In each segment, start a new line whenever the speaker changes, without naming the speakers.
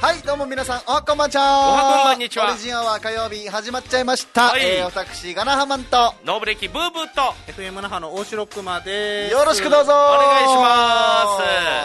はいどうも皆さんおはこんばんちは
おはこんばんにちは
オリジンアワー火曜日始まっちゃいました、
はい
えー私ガナハマンと
ノブレキブーブーと
FM 那覇の大城熊です
よろしくどうぞお
願い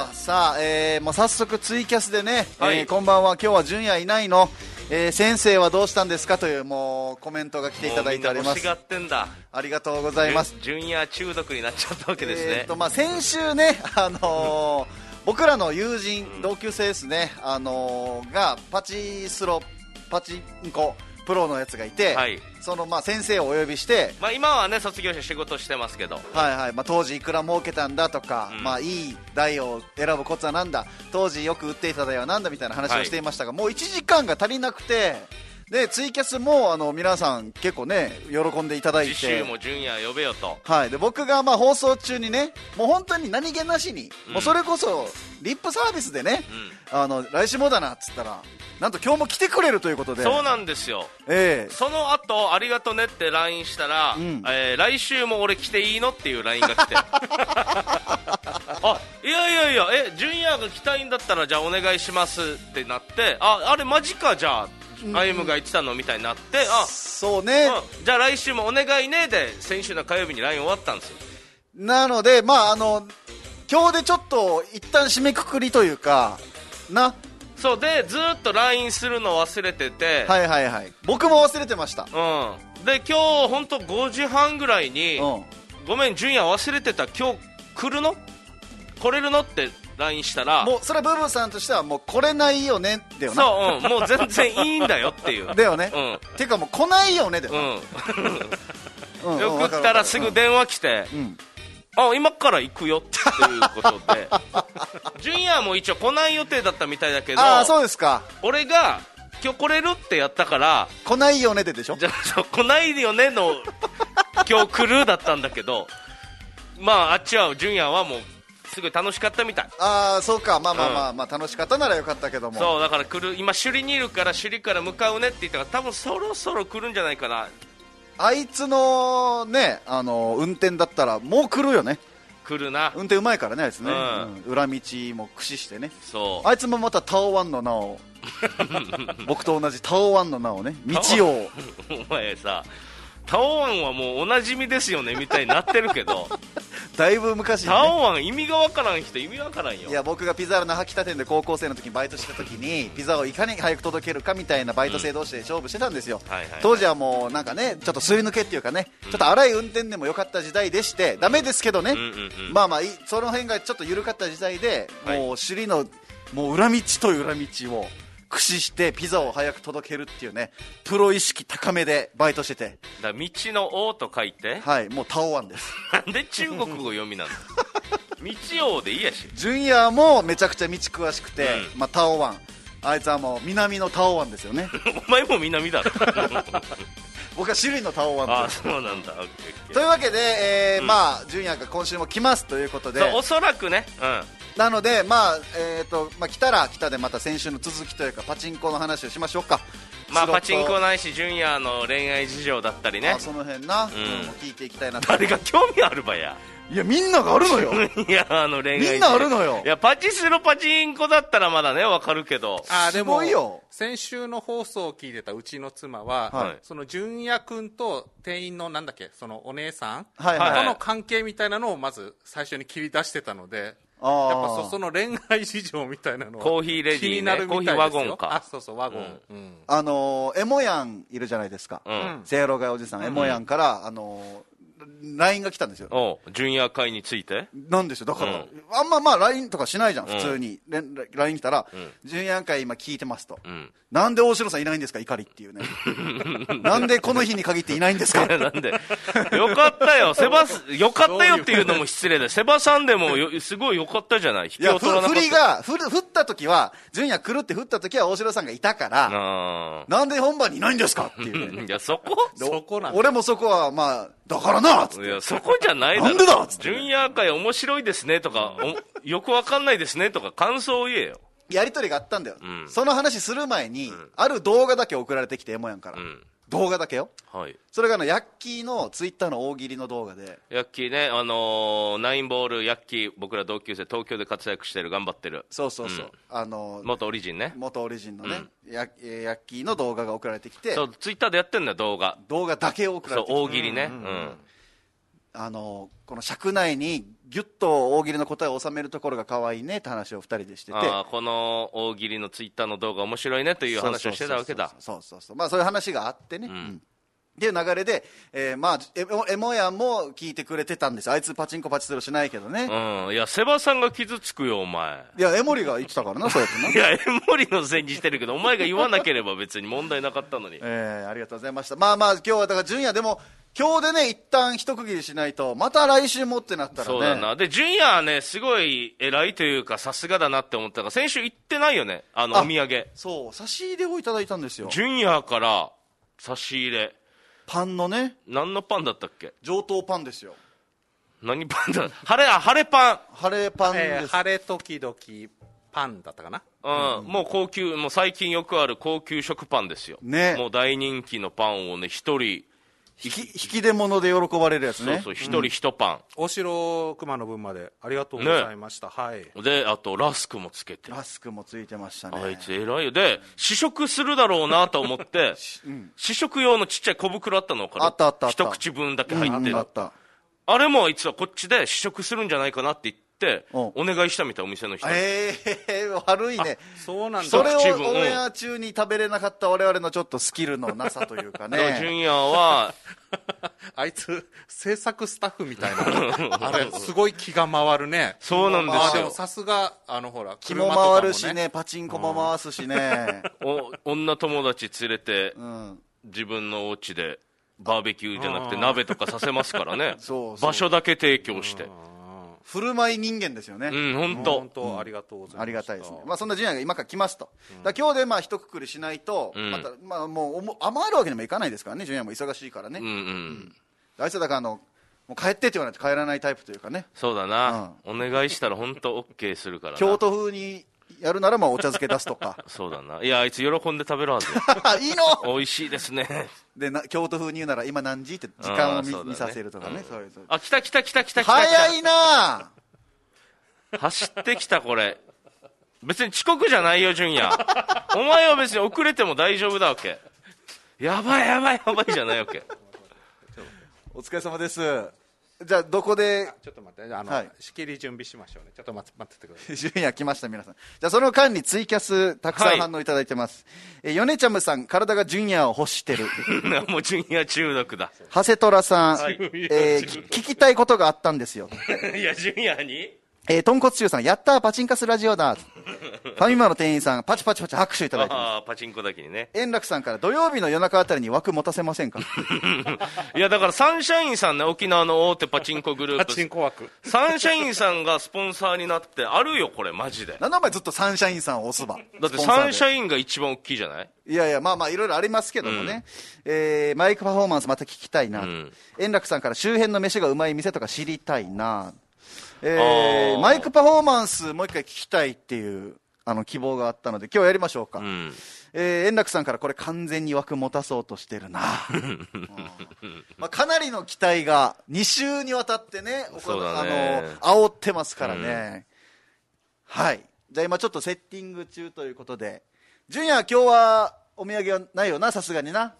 します
さあ、えーもう早速ツイキャスでね、
はい
えーこんばんは今日は純也いないの、えー先生はどうしたんですかというもうコメントが来ていただいており
もう
ま
みんな欲し
す
がってんだ
ありがとうございます
純純也中毒になっちゃったわけです
えー
ね
っとまあ、先週ね、 あのー僕らの友人、同級生ですね、あのーがパチスロ、パチンコプロのやつがいて、
はい
そのまあ先生をお呼びして、
まあ今はね卒業して仕事してますけど
はいはいまあ、当時いくら儲けたんだとか、
うん
まあ、いい台を選ぶコツはなんだ当時よく売っていた台はなんだみたいな話をしていましたが、もう1時間が足りなくてでツイキャスもあの皆さん結構ね喜んでいただいて
次週も純也呼べよと
はい、で僕がまあ放送中にねもう本当に何気なしに、
うん
もうそれこそリップサービスでね、あの来週もだなっつったらなんと今日も来てくれるということで
そうなんですよ
ええ
その後ありがとねって LINE したら、
うん
えー来週も俺来ていいのっていう LINE が来 てあいやいやいやえ純也が来たいんだったらじゃあお願いしますってなってああれマジかじゃあ歩夢が言ってたのみたいになってあ
そうね、
うんじゃあ来週もお願いねで先週の火曜日に LINE 終わったんですよ
なのでまああの今日でちょっと一旦締めくくりというかな
そうでずーっと LINE するの忘れてて、
はいはいはい僕も忘れてました
うん、で今日本当5時半ぐらいに
うん
「ごめん純也忘れてた今日来るの来れるの?」って LINE したら
もうそれはブーブーさんとしてはもう来れないよねだよな
そう、うん、もう全然いいんだよっていう
だよね、
うん
ていうかもう来ないよねだよ
う
な、
ん、
うんうんわ
送
かる
っ
わかる
たらすぐ電話来て
うん
「あ今から行くよ」っていうことで純也も一応来ない予定だったみたいだけど
ああそうですか
俺が「今日来れる?」ってやったから
来ないよねででしょ
じゃあそう来ないよねの今日来るだったんだけどまああっちは純也はもうすごい楽しかったみたい
ああそうかまあまあまあ、まあ、楽しかったならよかったけども
そうだから来る今首里にいるから首里から向かうねって言ったから多分そろそろ来るんじゃないかな
あいつのねあの運転だったらもう来るよね
来るな
運転うまいからねあいつね、
うん
うん裏道も駆使してね
そう
あいつもまたタオワンの名 を僕と同じタオワンの名をね道を
お前さタオワンはもうおなじみですよねみたいになってるけ ど
だいぶ昔に、
タ
ね
オワン意味がわからん人意味わからんよ
いや僕がピザーラの秋田店で高校生の時にバイトした時にピザをいかに早く届けるかみたいなバイト生同士で勝負してたんですよ、
はいはいはい
当時はもうなんかねちょっとすり抜けっていうかね、ちょっと荒い運転でも良かった時代でして、ダメですけどね、
うんうんうん
まあまあいいその辺がちょっと緩かった時代で、
はい
もう首里のもう裏道と裏道を駆使してピザを早く届けるっていうねプロ意識高めでバイトしてて
だから道の王と書いて
はいもうタオワンです
なんで中国語読 みなの道王でいいやし
純也もめちゃくちゃ道詳しくて、
う
まあ、タオワンあいつはもう南のタオワンですよ ね
お前も 南だろ
僕は首里のタオワン
あ
で
あ
す
そうなんだオッケーオッケー
というわけで、えー
うん
まあ純也が今週も来ますということで
そうおそらくね、
なので、まあえーとまあ、来たら来たでまた先週の続きというかパチンコの話をしましょうか、
うん、まあ
スロット
パチンコないし純也の恋愛事情だったりね
あその辺な、うん
ん
聞いていきたいなと
誰が興味あるばや
いやみんなが あるのよ
いやあの恋愛事情
みんなあるのよ
いやパチスロパチンコだったらまだねわかるけど
あーですも
ごいよ
先週の放送を聞いてたうちの妻は、
はい
その純也君と店員のなんだっけそのお姉さん、
はいはい
はい
との関係みたいなのをまず最初に切り出してたので
あー
やっぱそその恋愛事情みたいなのは
コーヒーレディーね
気になるみたいですよ
コーヒーワゴンか
あそうそうワゴン、うん
あのーエモヤンいるじゃないですか
うん、
ん
せいろがいおじさん、エモヤンから、あのー LINE が来たんですよ
おう純也会について
なんですよだから、
うん
あんままあ LINE とかしないじゃん
うん
普通に、連 LINE 来たら
ん
「純也会今聞いてます」と、
うん
なんで大城さんいないんですか怒りっていう ねなんでこの日に限っていないんですか
なんで よかったよセバスよかったよっていうのも失礼だセバさんでもよすごいよかったじゃない引
い
き
や
を
ふ
取らなか
振
った
りが振る振った時は純也来るって振った時は大城さんがいたから、
あ
なんで本番にいないんですかっていうね
ーいやそこ
で
そこなんだ
俺もそこはまあだからなっつっ
い
て
や、そこじゃない
なんでだっつって
純也会面白いですねとか、およくわかんないですねとか、感想を言えよ。
やり取りがあったんだよ、
うん
その話する前に、ある動画だけ送られてきてエモヤンから、
うん。
動画だけよ
はい
それがあのヤッキーのツイッターの大喜利の動画で
ヤッキーね、あのーナインボール、ヤッキー、僕ら同級生、東京で活躍してる、頑張ってる、
そうそうそう、あの
元オリジンね、
元オリジンのね、ヤえーヤッキーの動画が送られてきて
そうツイッターでやってんだよ、動画、
動画だけ送ら
そ
れ
う
てきて
大喜利ね、うん
あのこの尺内にギュッと大喜利の答えを収めるところが可愛いねって話を2人でしてて
あーこの大喜利のツイッターの動画、面白いねという話をしてたわけだ、
そうそうそうそうそうそうまあそういう話があってね、うんっていう流れで、えーまあ、エモエモヤンも聞いてくれてたんですあいつパチンコパチスロしないけどね、
うん、いや、セバさんが傷つくよ、お前。
いやエモリが言ってたからなそうやって な
いや、江森のせいにしてるけど、お前が言わなければ別に問題なかったのに。
えーありがとうございましたまあまあ今日はだから純也でも今日でね一旦一区切りしないとまた来週もってなったらね
そうだな。で、純也はね、すごい偉いというか、さすがだなって思ったから、先週行ってないよね、あの、
あ
お土産。
そう差し入れをいただいたんですよ
純也から差し入れ。
パンのね
何のパンだったっけ
上等パンですよ
何パン だ晴れ、あ、晴れパン。
晴れパン
え
で
ー
す、
晴れ時々パンだったかな
うん、もう高級、もう最近よくある高級食パンですよ。
ね
もう大人気のパンをね、一人、
引き引き出物で喜ばれるやつ
そう
ね
そう、一人一パ
お城熊の分までありがとうございました、はい
ン。で、あと、ラスクもつけて。
ラスクもついてましたね
あいつ偉いよ。で、試食するだろうなと思 って、試食用のちっちゃい小袋あったの分かる
あったあったあった
一口分だけ入
あ
っ
って
る。
たあ
あ
った
れもあいつはこっちで試食するんじゃないかなって言って、
う
お願いしたみたい、お店の人に。
ええー、悪いね
そうなんだ
それを
一口分
オンエア中に食べれなかった我々のちょっとスキルのなさというか
だ から
ね
純 也は、
あいつ制作スタッフみたいなあれすごい気が回るね
そうなん
まあ
です
でも
よ。
さすがあのほら
気も
車とか
回るしねパチンコも回すしね
お女友達連れて、
うん
自分のお家で、バーベキューじゃなくて鍋とかさせますからね。
そうそう
場所だけ提供して。
振る舞い人間ですよね、
うん、ほんと
本。当ありがとうございました
ありがたいですね、まあ、そんな純也が今から来ますと、だから今日でまあ一括りしないと、
ん
またまあ、もうおも余るわけにもいかないですからね、純也も忙しいからね、
うんうん。
あいつはだからあの、もう帰ってって言わないと帰らないタイプというかね、
そうだな。お願いしたら本当オッケーするからな。、
京都風にやるならまあお茶漬け出すとか
そうだな。いや、あいつ喜んで食べる はずよ。
いいの
美味しいですね。
でな、京都風に言うなら、今何時って時間を見,、
あーそうだね
見させるとかね、そういうそう
あ、来た来た来た来た来た。
早いな、
走ってきた、これ。別に遅刻じゃないよ、純也。お前は別に遅れても大丈夫だわけ。やばいやばいやばいじゃないわけ。
お疲れ様です、じゃあ、どこで
ちょっと待ってあの、
はい
仕切り準備しましょうねちょっと待って待っててください
ジュニア来ました、皆さん。じゃあ、その間にツイキャス、たくさ
は
ん
い
反応いただいてます。えー、ヨネチャムさん、体がジュニアを欲して る。
もう純也中毒だ。
長谷虎さん、
はい
えーき聞きたいことがあったんですよ。
いや、純也に
えー、豚骨中さん、やったー、パチンカスラジオだ。ファミマの店員さん、パチパチパチ拍手いただいてます。
ああ、パチンコだけにね。
円楽さんから土曜日の夜中あたりに枠持たせませんか
いや、だからサンシャインさんね、沖縄の大手パチンコグルー
パチン
プ。
コ枠
サンシャインさんがスポンサーになって、あるよ、これ、マジで。
なんでお前ずっとサンシャインさんを押すば。
だってサンシ
イン
ャインが一番大きいじゃない
いやいや、まあまあ、いろいろありますけどもね。えーマイクパフォーマンスまた聞きたいな。
ん
円楽さんから周辺の飯がうまい店とか知りたいな。えー
あー
マイクパフォーマンスもう一回聞きたいっていう、あの、希望があったので、今日やりましょうか。
うん。
えー円楽さんからこれ完全に枠持たそうとして るな。うんまあ、かなりの期待が2週にわたってね、おこ
そうだ
あ
ね
の、煽ってますからね。はい。じゃあ今ちょっとセッティング中ということで、純也は今日はお土産はないよな、さすがにな。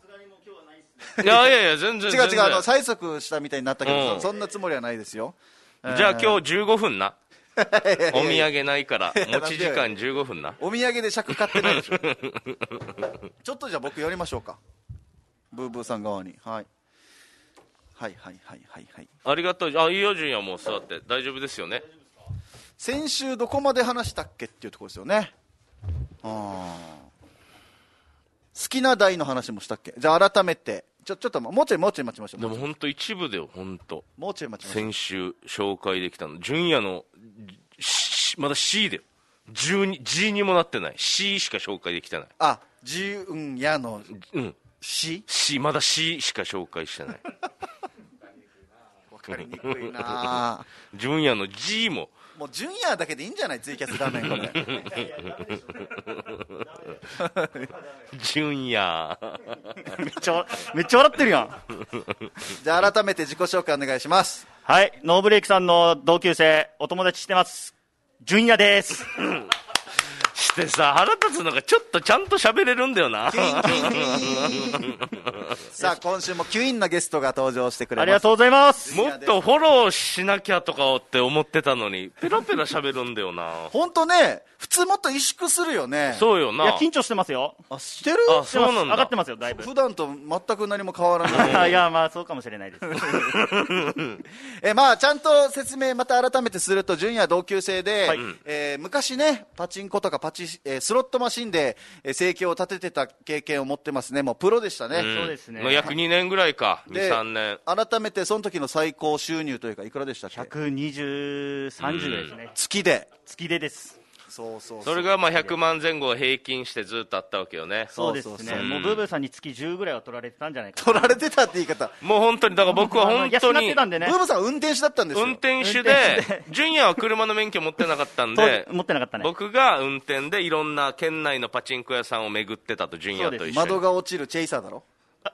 いやいやいや、全然。
違う
全
違う、
然
あの、催促したみたいになったけど、
うん
そんなつもりはないですよ。
じゃあ今日15分な。お土産ないから、
や
持ち時間15分な。
お土産で尺買ってないでしょちょっとじゃあ僕寄りましょうかブーブーさん側に、はい、はいはいはいはいはい
ありがとう。あ、いいよ、純也もう座って。大丈夫ですよね。
先週どこまで話したっけっていうところですよねあー好きな台の話もしたっけじゃあ改めてちょちょっともうちょいもうちょい待ちましょう
でもほんと一部だよ、ほんと。
もうちょい待ちましょう
先週紹介できたの。純也の、しまだ C だよ。12 G にもなってない。C しか紹介できてない。
あじゅんやの
うん。
し
C、まだ C しか紹介してない。
わかりにくい なあ
純也の G も。
もうジュニアだけでいいんじゃないツイキャス画面これ
純也。
めっちゃ、めっちゃ笑ってるやん。
じゃあ改めて自己紹介お願いします
はい、ノーブレイクさんの同級生、お友達してます。純 也です。
してさ、腹立つのがちょっとちゃんと喋れるんだよ な。
さあ今週もキュインなゲストが登場してくれます
ありがとうございます。
もっとフォローしなきゃとかって思ってたのに、ペラペラ喋るんだよな。
本当ね普通もっと萎縮するよね
そうよ
いや、
な。
緊張してますよ。
あしてる
あ、
して
そ
ま
う
す
なん
上がって
だ。
ますよ、だいぶ。
普段と全く何も変わらない
いや、まあ、そうかもし れないです。
えまあちゃんと説明また改めてすると純也は同級生で、
はい
えー昔ねパチンコとかパチ、えースロットマシンでえー生計を立ててた経験を持ってますねもうプロでしたね、
ん
そうですね
の約2年ぐらいか。2、
で
3年。
改めてその時の最高収入というかいくらでしたっけ
120、30ですね。
月で
月でです。
そうそう
それがまあ100万前後を平均してずっとあったわけよね。
そうです
そうそう
ね
そう。
もう、ブーブーさんに月10ぐらいは取られてたんじゃないか
取
な。
られてたって言い方、
もう本当に、だから僕は本当
あの養っ
に
てたんでね
ブ。ームさんは運転手だったんですよ
運転手
運
で
転手で、
純也は車の免許持ってなかったんで
と、持ってなかったね。
僕が運転でいろんな県内のパチンコ屋さんを巡ってたと純也と一緒
窓
に
が落ちるチェイサーだろ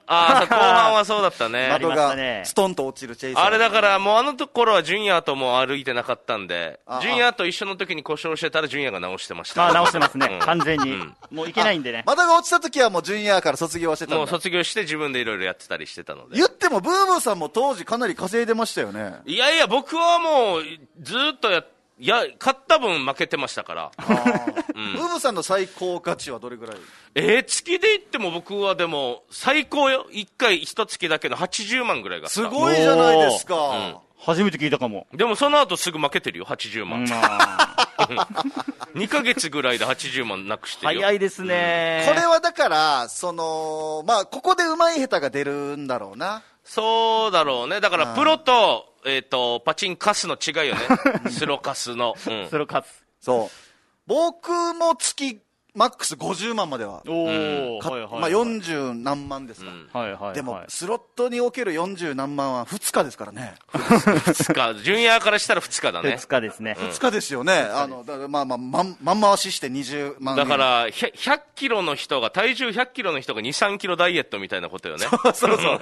ああ 後半はそうだったね
窓
ありまし
が
たね
ストンと落ちるチェイサー
あれだからもうあのところは純也ともう歩いてなかったんで
ああ
純也と一緒の時に故障してたら純也が直してまし
まあ、
た
直してますね
うん。
完全に
ん。
もういけないんでね。
窓が落ちた時はもうジュニアから卒業してたん
もう
だ
卒業して自分でいろいろやってたりしてたので
言ってもブームさんも当時かなり稼いでましたよね
いやいや僕はもうずーっとやいや勝った分負けてました から
ブームさんの最高価値はどれぐらい
えー、月で言っても僕はでも最高よ1回1月だけの80万ぐらいがあった
すごいじゃないですか、
初めて聞いたかも。
でもその後すぐ負けてるよ80
ま
万、
あ、
2ヶ月ぐらいで80万なくしてるよ
早いですね。
これはだからそのまあここでうまい下手が出るんだろうな
そうだろうねだからプロと,、えー、とパチンカスの違いよねスロカスの、うん
それを勝つ。
そう僕も月マックス50万までは
おー、
か
はいはいはい
まあ、40何万ですか、
ん
はいはいはい。
でも、スロットにおける40何万は2日ですからね、
2日ジュニアからしたら2日だね
2日ですね。
2日ですよね、あのだからまあまあ、まん、まん回しして20万
だからひゃ100キロの人が体重100キロの人が23キロダイエットみたいなことよね
そうそう。あ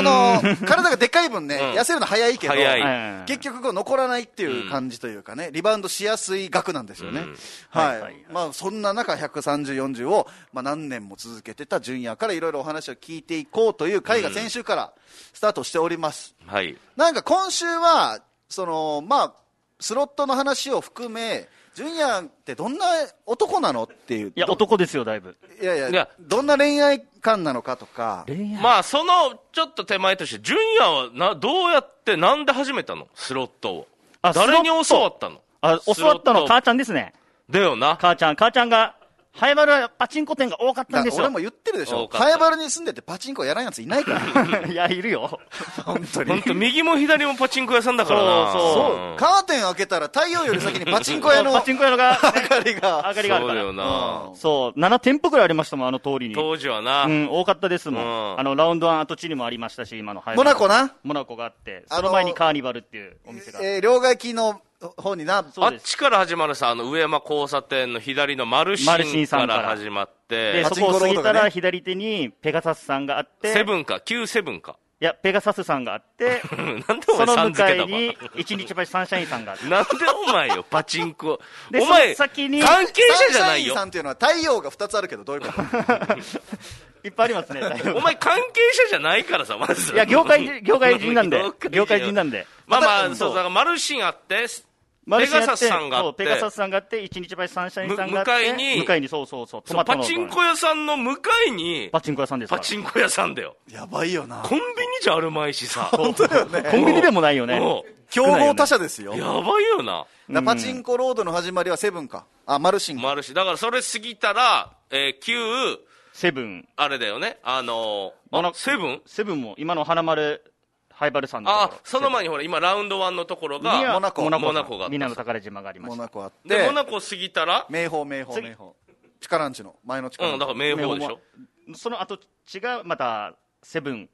の、体がでかい分ね、
うん
痩せるの早いけど、
早
はいはいはい
結局こう残らないっていう感じというかね、リバウンドしやすい額なんですよね。
はい
は
はいい。
まあ、そんな中、130、40を、まあ、何年も続けてた純也からいろいろお話を聞いていこうという回が先週からスタートしております。
はい
なんか今週は、その、まあ、スロットの話を含め、純也ってどんな男なのっていう。
いや、男ですよ、だいぶ。
いやいや
いや
どんな恋愛観なのかとか。
まあそのちょっと手前としてジュニアはなどうやってなんで始めたのスロットを
あ
誰に
スロ
教わ
ット
ったの
あ、
スロ
教
ッ
わ
ト
ったの、母ちゃんですね。
だよな
母ちゃん、母ちゃんが、ハエバルはパチンコ店が多かった
だ
んです
俺
よ
も。言ってるでし
多
ょ、
かった
ハエバルに住んでてパチンコやらんやついないから、
いや、いるよ。
本当に
本当右も左もパチンコ屋さんだからな
そう そう
うん
カーテン開けたら太陽より先にパチンコ屋の
パチンコ屋のが、ね
明かりが
上、がりがある
そ
か
うよ
ら。
な、
そう、7店舗くらいありましたもん、あの通りに。
当時はな、
うん、多かったですも。
うんん
あの、ラウンドワン跡地にもありましたし、今のハエ
モ
バル
ナコな、
モナコがあって、
あの
その前にカーニバルっていうお店が。
えー両替機の方にな、
そう
あっ
です。
ちから始まるさあの上山交差点の左の丸
マルシ
ン
ンさ
か
んから
ら始まっ
で、
て
パ
そ
チンコ
こを過ぎ
ロード
た
がね
ら左手にペガサスさんがあって、
セ
い
ブンか旧セブンか
や、ペガサスさんがあって、
なん でお
そ
前
の
さ
向
ん付
か
け
い
たわ
に、一日橋サンシャインさんがあって、
なんでお前よパチンコ
で
お前
その先に
関係者じゃ
サ
な
ンシャ
い
イン
よ
さんっていうのは太陽が2つあるけど、どういうこと
いっぱいありますね、大
お
分
前関係者じゃないからさまず
いや、業界、業界 人なんで
業界、人
業界人なんで。
まあま
う
あ
ん
そうだからマルシンあって
マル
ペ
シンや
ガサ
って
スさんがあ
そ
っ
う
て
ペガサスさんがあって、一日橋サンシャインさんがあ
む向
って、
かいに
向かいに、そうそうそう、ト
そう
マト
パ
の。
チンコ屋さんの向かいに
パチンコ屋さんですか
パ
ら。
チンコ屋さんだよ
やばいよな、
コンビニじゃあるまいしさ
コンビニでもないよね。
も
競合他社ですよ、
うやばいよな
だからパチンコロードの始まりはセブンか、あマルシンか、
マルシンだからそれ過ぎたら、えー、旧
セブン。
あれだよねあのー
あの
あセブン
セブンも、今の花丸、ハイバルさんのとこ
あ
ろ。
その前にほら今ラウンドワンのところ
には
が
モナコ
モナコ
モナコがあった
みんなの宝島がありま
モ
し
ナ
た。
コあって、
でモナコ過ぎたら
名宝、名宝、
次
名宝、チカランチの、前のチカ
う
ラ
ん
ン
だ
チ
から名簿でしょ
その後、違う、また、セブン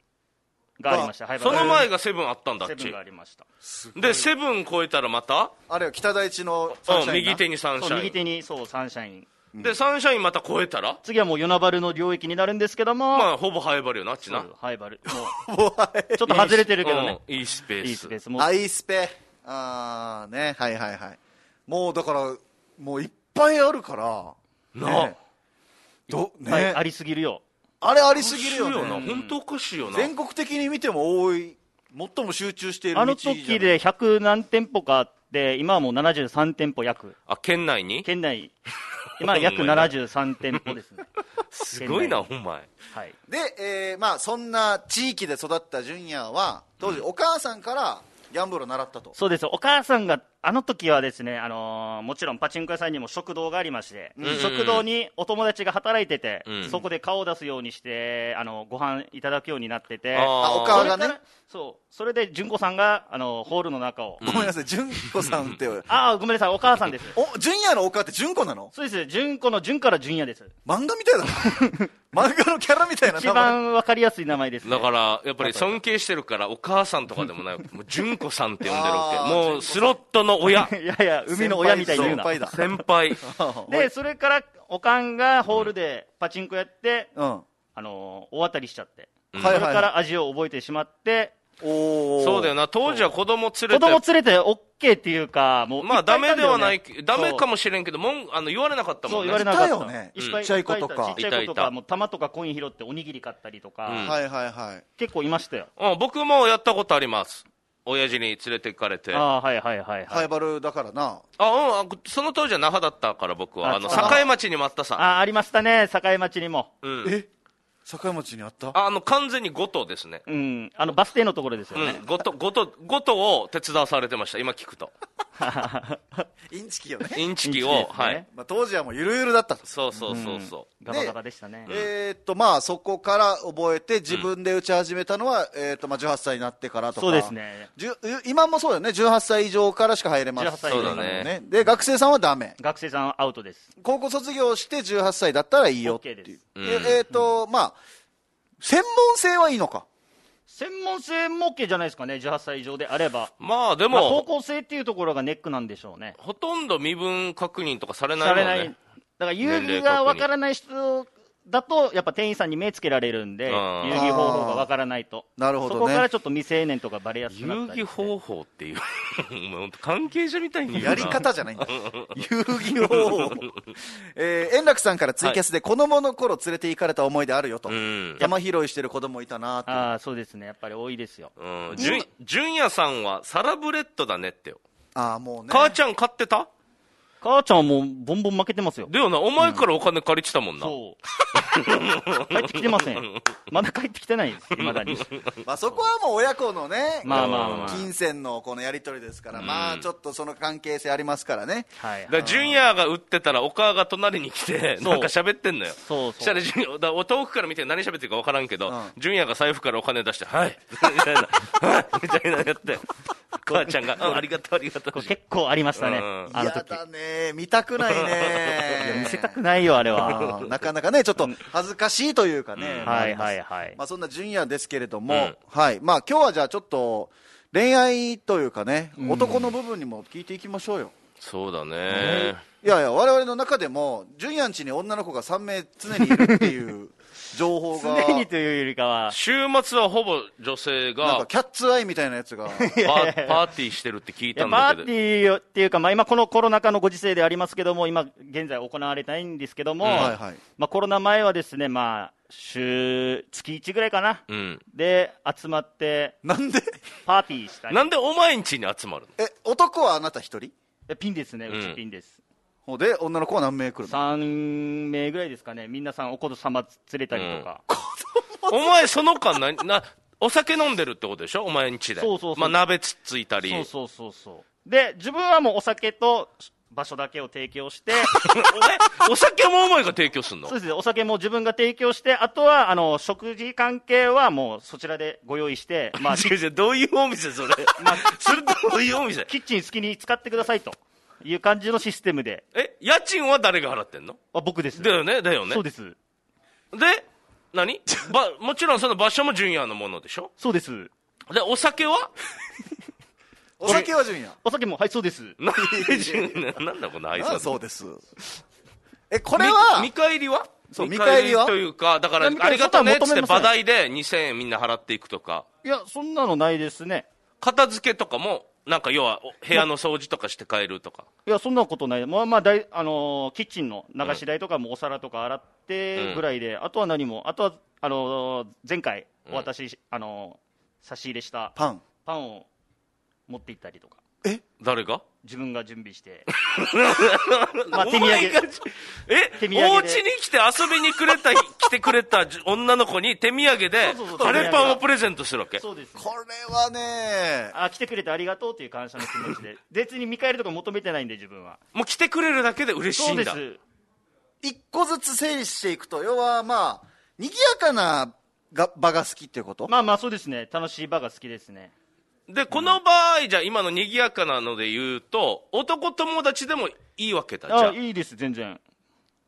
がありました。ハイバ
そ
ル
の前がセブンあったんだっ
セブン
ち
がありました。
でセブン超えたらまた
あれは北大地のサンシャ
うん
インな
右手にサンシ
そう
ャイ
右
ン
手に、そう、サンシャイン。
でサンシャインまた超えたら
次はもう与那原の領域になるんですけども、
まあほぼハエバリよなあっちな
そうハイバル。もうちょっと外れてるけ どね。
うんいいスペース
いいスペースもう
アイスペああねはいはいはいもうだからもういっぱいあるから
なあ、
ねどね、
はいありすぎるよ。
あれあり
おか
す
し
ぎる
いよ
よ
な
ね
本当おかしいよな
全国的に見ても多い最も集中している道
あの時
じゃない
で100何店舗かあって、今はもう73店舗約。
あ県内に
県内、 今約73店舗ですね。
すごいなお前
はい。
で、えーまあ、そんな地域で育ったジュニアは当時お母さんからギャンブルを習ったと、
そうです。お母さんが、あの時はですね、あのーもちろんパチンコ屋さんにも食堂がありまして、
ん
食堂にお友達が働いてて、
うん
そこで顔を出すようにして、あの、ご飯いただくようになってて、
あ
あお
そ
母
れ
が
か
ね
らそう。それで、純子さんが、あの、ホールの中を。
ごめんなさい純子さんってお
ああ、ごめんなさい、お母さんです。
ジュニアのお母って純子なの
そうです。純子の純から純也です。
漫画みたいだな漫画のキャラみたいな
一
名前
番わかりやすい名前です、ね。
だからやっぱり尊敬してるからお母さんとかでもないもう純子さんって呼んでるわ
あ
け
ー
もうスロットの親
いやいや、海の親みたいに言うな。
先輩だ
先輩
で、それから、おかんがホールでパチンコやって、
うんは
あのー大当たりしちゃって、
い
そ
は
れ
い
か
は
ら味を覚えてしまって、
いおお
そうだよな当時は子供連れて
子供連れて OK っていうか、もう、
まあダメではないけダメか
も。
もしれんけどもんあの言われなかった
そ
も
うん言
ね
われなかった。
いたよね
いっぱい
ちっちゃい子とか
いっぱいいたちっちゃい子と
いた
か、
いた
もう玉とかコイン拾っておにぎり買ったりとか、
うん
はいはいはい
結構いましたよ。
うん僕もやったことあります親父に連れて行かれて
あ
あ
あ、はいはいはいは
ハ
い。
イバルだからな
うんあその当時は那覇だったから僕は
あ
あの
そうなんだ
栄町にもあったさ
ああ、ありましたね、境町にも。
うん
え境町にあった
ああの完全に五島ですね
うん、あの、バス停のところですよ
う
ね。
ん五島五島五島を手伝わされてました今聞くと
インチキよね、
インチキ
インチキ
を
ですね
はい
まあ、当時はもうゆるゆるだったと
そうそうそうそ
ガバガバでしたね。
えーっとまあそこから覚えて自分で打ち始めたのは、えーっとまあ、18歳になってからとか
そうですね。
じゅ今もそうだよね18歳以上からしか入れます
18歳以上
そうだね
で学生さんはダメ
学生さんアウトです。
高校卒業して18歳だったらいいよっていう
OK です
うん
でえーっとまあ専門性はいいのか
専門性も OK じゃないですかね、18歳以上であれば。
うまあで
まあ、高
も
校生っていうところがネックなんでしょうね。
ほとんど身分確認とかされないも
さ
ん
れない。だ
ね
から遊戯がわからない人だと、やっぱ店員さんに目つけられるんで、遊
うん
戯方法がわからないと。
なるほどね
そこからちょっと未成年とかバレやすく
遊
なったり
戯
して。
方法っていう お前ほんと関係者みたいに言うな
やり方じゃないんだ遊戯王えー円楽さんからツイキャスで子供の頃連れて行かれた思い出あるよと、
うん
山拾いしてる子供いたなって
ああ、そうですね。やっぱり多いですよ。
うんじゅん純也さんはサラブレッドだねってよ
ああもうね
母ちゃん買ってた
母ちゃんはもうボンボン負けてますよ。
だよなお前からお金借りてたもんな、
そう。 帰ってきてません。まだ帰ってきてないです、未だに。
まあ、そこはもう親子のね、
まあまあまあ
金銭のこのやり取りですから、まあちょっとその関係性ありますからね、
はい
だか。らジュニアが売ってたら、お母が隣に来て、
そう
なんか喋ってんのよ。
そうそう
したらジュニア、だからお遠くから見て何喋ってるか分からんけど、
うん
ジュニアが財布からお金出して、はい、 みたいな、はい、みたいなや って、母ちゃんが、うんありがとう、ありがとう。
結構ありましたね
うん、
あの
嫌
時。
だね、見たくない
いや
ね、
見せたくないよ、あれは。
あーなかなかね、ちょっと恥ずかしいというかね、まあ
はいはいはい。
まあ、そんな純也ですけれども、
うん
はいまあ今日はじゃあ、ちょっと恋愛というかね、男の部分にも聞いていきましょうよ。
そうだね。
いやいや、我々の中でも、純也んちに女の子が3名常にいるっていう情報が、
常にというよりかは、
週末はほぼ女
な
性
ん
が
かキャッツアイみたいなやつ が。
パーパーティーしてるって聞い
いや
たんだ
パー
け
テ
ど、
ィーっていうか、まあ、今、このコロナ禍のご時世でありますけども、今現在行われてないんですけども、
はいはい
まあ、コロナ前はですね、まあ、週、月1ぐらいかな、
うん。
で集まって、
なんで
パーティーしたり、
なんでお前ん家に集ま る
え、男はあなた一人
えピンですね、う
う
ち
ん
ピンです、
ほうで、女の子は何名来るの
3名ぐらいですかね、みんなさん、お子様連れたりとか、
のお前、その間何、な、お酒飲んでるってことでしょお前ん家で。
そうそうそう
まあ、鍋つっついたり。
そうそうそうそう、で、自分はもうお酒と場所だけを提供 して、
お前お酒もお前が提供すんの
そうですね、お酒も自分が提供して、あとはあの食事関係はもうそちらでご用意 して、まあ、
違う違う、どういうお店それ。それどういうお店
キッチン好きに使ってくださいという感じのシステムで、
え、家賃は誰が払ってんの
あ僕です、
だよね、だよね。
そう
で、
です、
何ば、もちろんその場所も純也のものでしょ
そうです、
で、お酒 は
お酒は純也。
お酒も、はい、そうです、
なんで純也、なんだこの挨
ああ
拶。
そうです。え、これは
み見、返りは
そう
見
見
返
返
り
りは
というか、だから、
いや
ありがとうねっ
見返り
つって、
そこは
場
求
代
めま
で2000円みんな払っていくとか、
いや、そんなのないですね。
片付けとかも、なんか要は、お部屋の掃除とかして帰るとか。
いや、そんなことない。まあまあ、だいあのーキッチンの流し台とかもお皿とか洗ってぐらいで、あとは何も、あとは、あのー前回お渡し、あのー差し入れした
パン。
パンを持って行ったりとか、
誰が
自分が準備して。まあ、
お
手土産
前がえ
手土産で
お家に来て遊びにくれた、 来てくれた女の子に手土産で
そうそう、そう
カレーパンをプレゼントするわけ。
そうです、ね。
これはね、
あ来てくれてありがとうという感謝の気持 ちで、別に見返りとか求めてないんで、自分は。
もう来てくれるだけで嬉し
そ
い
うんで
だ。
す。
一個ずつ整理していくと、要はまあ、賑やかなが場が好きっていうこと、
まあまあ、そうですね。楽しい場が好きですね。
で、この場合、じゃあ今の賑やかなので言うと、男友達でもいいわけだ、じゃ
あ
あ。
いいです、全然。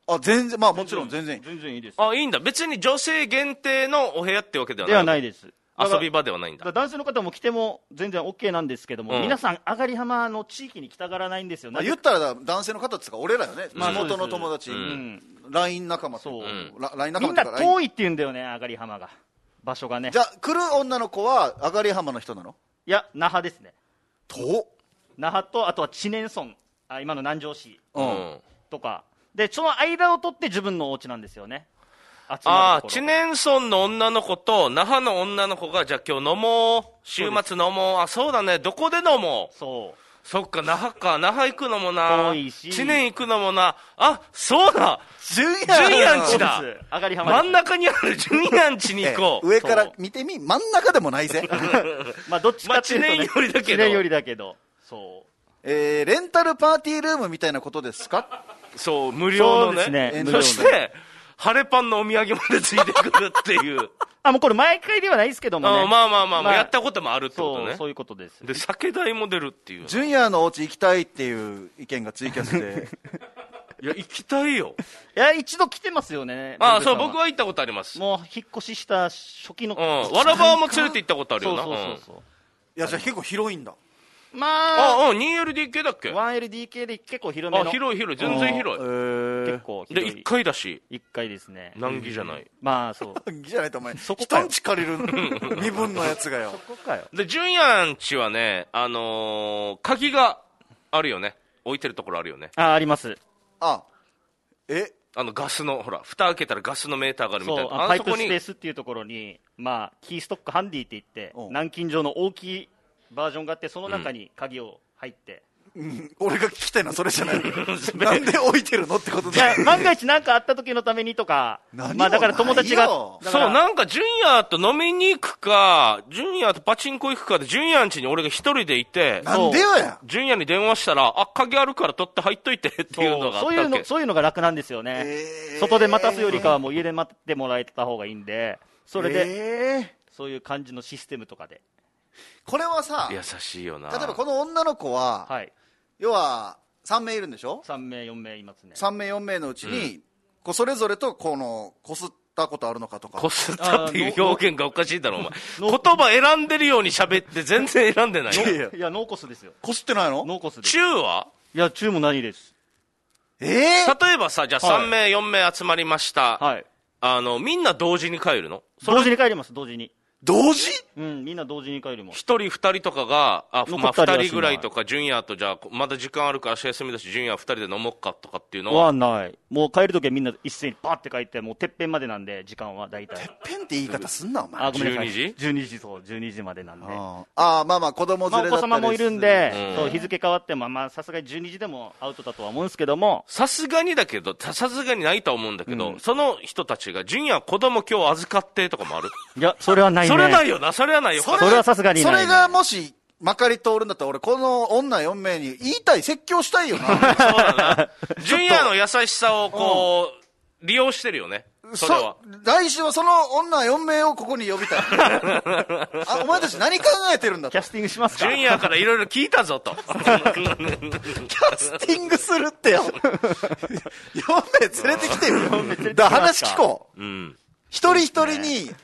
あ、全然、まあもちろん全然いい。
全然いいです。
あ、いいんだ。別に女性限定のお部屋ってわけではない。
ではないです。
遊び場ではないん
だから
だ。
男性の方も来ても全然 OK なんですけども、
うん
皆さん、上がり浜の地域に来たがらないんですよ、
まあ、
な
言
ぜ
ったら男性の方っつうか、俺らよね、地
まあ
元の友達、
そうです
う
うん
LINE 仲間と
そう
うん
ラ LINE 仲
みん
間
な
とか LINE
遠いって言うんだよね、上がり浜が、場所がね
じ、ゃあ、来る女の子は、上がり浜の人なの
いや、那覇ですね、
と、
那覇とあとは知念村、あ今の南城市
うん
うん
とか、でその間を取って自分のお家なんですよね、集ま
あ
る
あ、
とこ
知
ろ
念村の女の子と那覇の女の子が、じゃあ今日飲もう。週末飲もう。あ、そうだね。どこで飲もう。
そう
そっか、那覇か。那覇行くのもな。
遠いし
知念行くのもな。あ、そうだ。
純也
純也んちだ
そうです上がり浜です
真ん中にあるジュニアンチに行こう。
上から
そう
見てみ、真ん中でもないぜ。
まあ、どっちかっていうと、ね、
まあ知念よりだけど
知念よりだけどそう
えーレンタルパーティールームみたいなことですか
そう、無料の
そう
ね。
ですね
そして、晴れパンのお土産までついてくるって いう。
あもうこれ、毎回ではないですけどもね、
あまあまあまあ、
まあ
やったこともあるってこと
そう
ね
そ。ういうことです。
で、酒代も出るっていう。
純也のお家行きたいっていう意見がツイキャスで。
いや、行きたいよ。
いや、一度来てますよね。
あ
文
そ
具さ
う、
んは
僕は行ったことあります。
もう引っ越しした初期の。
うん。わらばも連れて行ったことある
そ
よ
う
な。
そうそう
うん
そう。
いや、じゃあ結構広いんだ。
まあ、
あ、うん、2LDK だっけ
1LDK で結構広め
あ、
の。
広い広い、全然
え
広
ー、
い。結構
い。で、
広
1
い。
階だし、
一回ですね。
難儀じゃない。
まあ、そう。
じゃないとお前、
そこか
人
よ
んち借りる 身分のやつがよ。
ここかよ。
で、純也んちはね、あのー、鍵があるよね。置いてるところあるよね。
あ、あります。
あ、え、
あの、ガスの、ほら、蓋開けたらガスのメーターがあるみ
そ、
たいうな。
あ
あ
パ
そ
イプ
こ
スペー
に、
スっていうところに、まあ、キーストックハンディって言って
うん、
南京錠の大きいバージョンがあって、その中に鍵を入って。
俺が聞きたいのはそれじゃない。 なんで置いてるのってこと
いや
だ、
万が一何かあった時のためにとか、
何も
まあ、だから友達が
ないよ、
だ
そ
か
う、
ら
なんか、純也と飲みに行くか、純也とパチンコ行くかで、純也んちに俺が一人でいて、
なんでよや。
純也に電話したら、あ、鍵あるから取って入っといてっていうのがあった
そ
わ
う
け。
いうのそういうのが楽なんですよね、
えー
外で待たすよりかはもう家で待ってもらえた方がいいんでそれで、
えー
そういう感じのシステムとかで、
これはさ、例
優
え
しいよな。
ばこの女の子は、
はい、
要は3名いるんでしょ
3名4名いますね
3名4名のうちに、こうそれぞれとこのこすったことあるのかとか
こすったっていう表現がおかしいだろ、お前。
ノ
言葉選んでるように喋って全然選んでないよ。
いや
いやノーコスですよ
こすってないの
ノーコスです
中はい
や中も何です
えー、
例えばさ、じゃあ
はい
3名、4名集まりました。
はい
あの、みんな同時に帰るの
同時に帰ります同時に
同時
うんみんな同時に帰ります
一人、二人とかが、あ、ま
残
あ、
ったりはしない
二人ぐらいとか、ジュニアと、じゃあ、まだ時間あるから、明日休みだし、ジュニア二人で飲もうかとかっていうのは、
はないもう帰るときはみんな一斉にパーって帰ってもうてっぺんまでなんで時間は大体
ペンって言い方すんなお前
あごめんなさい
12
12時そう12時までなんで
ああーまあまあ子供
ま
連
あ、お
れだ
子
ったり
様もいるんで、
うん
そう日付変わっても、まあ、さすがに12時でもアウトだとは思うんですけども、
さすがにだけど、ささすがにないとは思うんだけど、その人たちが、ジュニア子供今日預かってとかもある。
いや、それはないね。
それないよな、それはないよ。
それ
それはさすがにないね
それがもしまかり通るんだったら俺この女4名に言いたい説教したいよ な
そうだな。ジュニアの優しさをこう、利用してるよね。それは。
来週はその女4名をここに呼 びたいあお前たち何考えてるんだ
キ
と
ャスティングします
ジ
か
ュニアからいろいろ聞いたぞ と。
キャスティングするっ てよ4名連れてきてよだから話聞こう
うん。
一人一人に違う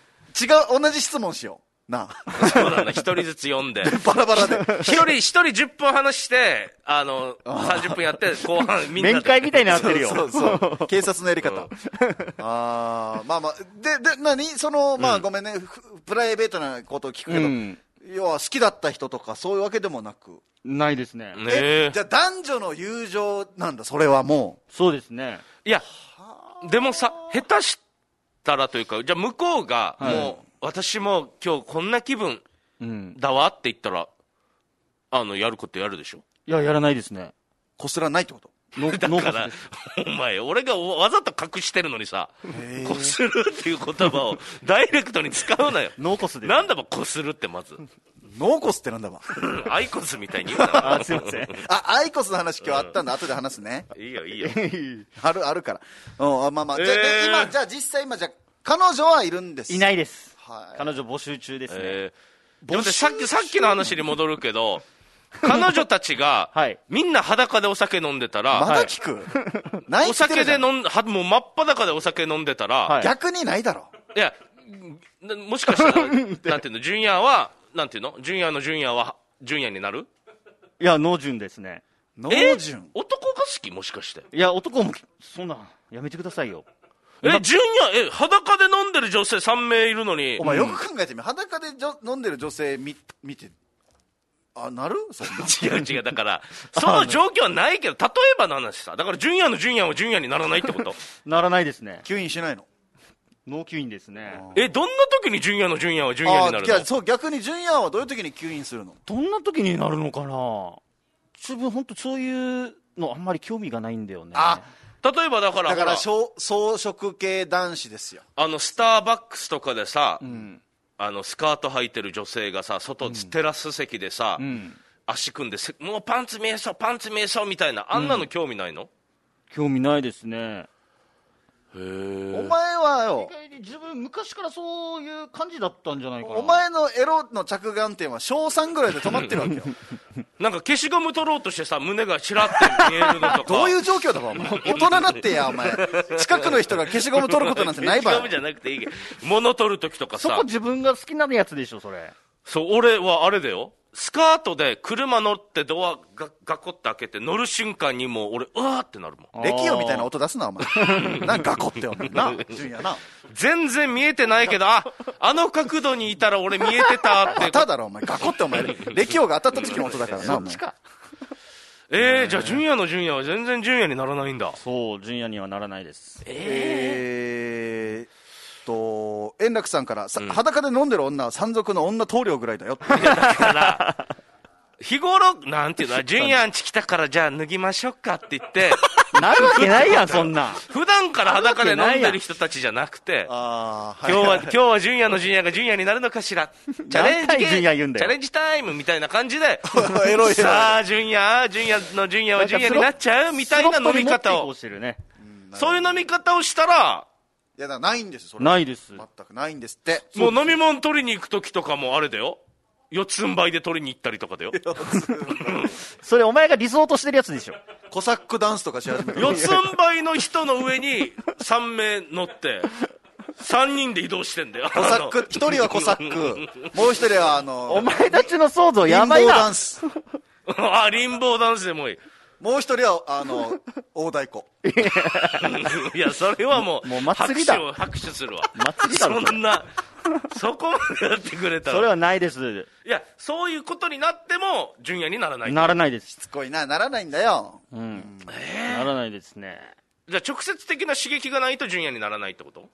同じ質問しような
そうだね、一人ずつ読んで。
バラバラで
一人、一人10分話して、あの、30分やって、後半みんなで。
面会みたいになってるよ。
そうそう警察のやり方、ああまあまあでで何そのまあ、ごめんねふプライベートなことを聞くけど、
うん
要は好きだった人とかそういうわけでもなく
ないですね。
ねえ
じ。ゃあ男女の友情なんだそれはも
そうですね。
いや、でもさ、下手したらというか、じゃあ向こうが、もう、私も今日こんな気分
うん。
だわって言ったら、あの、やることやるでしょ
いや、やらないですね。
うこすらないってこと
の
だ
ノー
か
パス
ら
です。、
お前、俺がわざと隠してるのにさ、こするっていう言葉 をダイレクトに使うなよ。
ノーコスです。
なんだばこするってま ず。
ノーコスってなんだわ
うんアイコスみたいに言うな。
あ、すいません。
あアイコスの話今日あったんだ、後で話すね
いいよ、いいよ。
あるあるから、うん、あまあまあ、じゃあ、で
えー
今じゃあ実際今じゃあ彼女はいるんです
いないいです。
はい
彼女募集中ですね。
えーでもねさっき、さっきの話に戻るけど、彼女たちが
はい、
みんな裸でお酒飲んでた
ま
ら、
だ聞く、ない
お
って言って
酒
るじ
で
ゃん
飲ん、はもう真っ裸でお酒飲んでた
は
ら、
い
逆にないだろ
いや、なもしかしたら、なんていうの、ジュニアは、なんていうの、ジュニアのジュニアは、ジュニアになる
いや、ノージュンですね。
農
え
順
男が好きもしかして。
いや、男も、そんな、やめてくださいよ。
え、ジュニア、え、裸で飲んでる女性3名いるのに
お、前よく考えてみ、裸でじょ飲んでる女性見見てあなるそんな
違う違う、だから、その状況はないけど、例えばの話さ、だから、ジュニアのジュニアはジュニアにならないってこと。
ならないですね。
吸引しないの
ノー吸引ですね。
え、どんな時にジュニアのジュニアはジュニア
あ
になる
いや
の
そう逆に純也はどういう時に吸引するの
どんな時になるのかな自分、本当そういうのあんまり興味がないんだよね。
あ
例えばだから、
だから
ほら
装装飾系男子ですよ
あの、スターバックスとかでさ、
うん。
あの、スカート履いてる女性がさ、外、テラス席でさ、
うん。
足組んでせ、もうパンツ見えそう、パンツ見えそうみたいな、あんなの興味ないの、
興味ないですね。
お前はよ
意外に自分、昔からそういう感じだったんじゃないかな。
お前のエロの着眼点は小3ぐらいで止まってるわけ よ
なんか消しゴム取ろうとしてさ、胸がちらって見えるのとか。
どういう状況だわお 前大人だってやお前近くの人が消しゴム取ることなんてないば よ
消しゴムじゃなくていいけど、物取るときとか
そ
さ
こ、自分が好きなやつでしょ、それ。
そう、俺はあれだよ。スカートで車乗ってドアがガコって開けて乗る瞬間にもう俺、うわーってなるもん。
歴よみたいな音出すなお前 なんかガコってお前な純也な
全然見えてないけど、あ、あの角度にいたら俺見えてたって
当。ただろお前ガコってお前歴よが当たった時の音だからなお前
えー、じゃあ、純也の純也は全然純也にならないんだ。
そう、純也にはならないです。
えーっと円楽さんからさ、裸で飲んでる女は山賊の女棟梁ぐらいだ よって
だから、日頃、なんていうの、純也んち来たからじゃあ脱ぎましょうかって言 って、
なるわけないやん、そんな。
普段から裸で飲んでる人たちじゃなくて、
ああ
今日は、今日は純也の純也が純也になるのかし ら。チャレンジ
何回純也言うんだ
チ
よ
ャレンジタイムみたいな感じ で、
エロいエロい
さあ、純也、純也の純也は純也になっちゃうみたいな飲み方を、
スロットに持っていこうしてるね。
そういう飲み方をしたら、
いやだからないんですよそれ
ないです。
全くないんですって
もう飲み物取りに行くときとかもあれだよ。四つん這いで取りに行ったりとかだよ。
それ、お前が理想としてるやつでしょ。
コサックダンスとかし始めた
四つん這いの人の上に3名乗って、3人で移動してんだよ。
コサック一人はコサック もう一人はあの
お前たちの想像やばい
貧乏ダ
な
ン。ス
あ の。あ、貧乏ダンスでもいい。
もう一人はあの大太鼓
いや、それはもう、
もう祭りだ
拍手を拍手するわ。
祭りだろそれ
そんな、そこまでやってくれたら。
それはないです。
いや、そういうことになっても、純也にならない。
ならないです。
すごいなならないんだよ
うん。ならないですね。
じゃあ、直接的な刺激がないと純也にならないってこと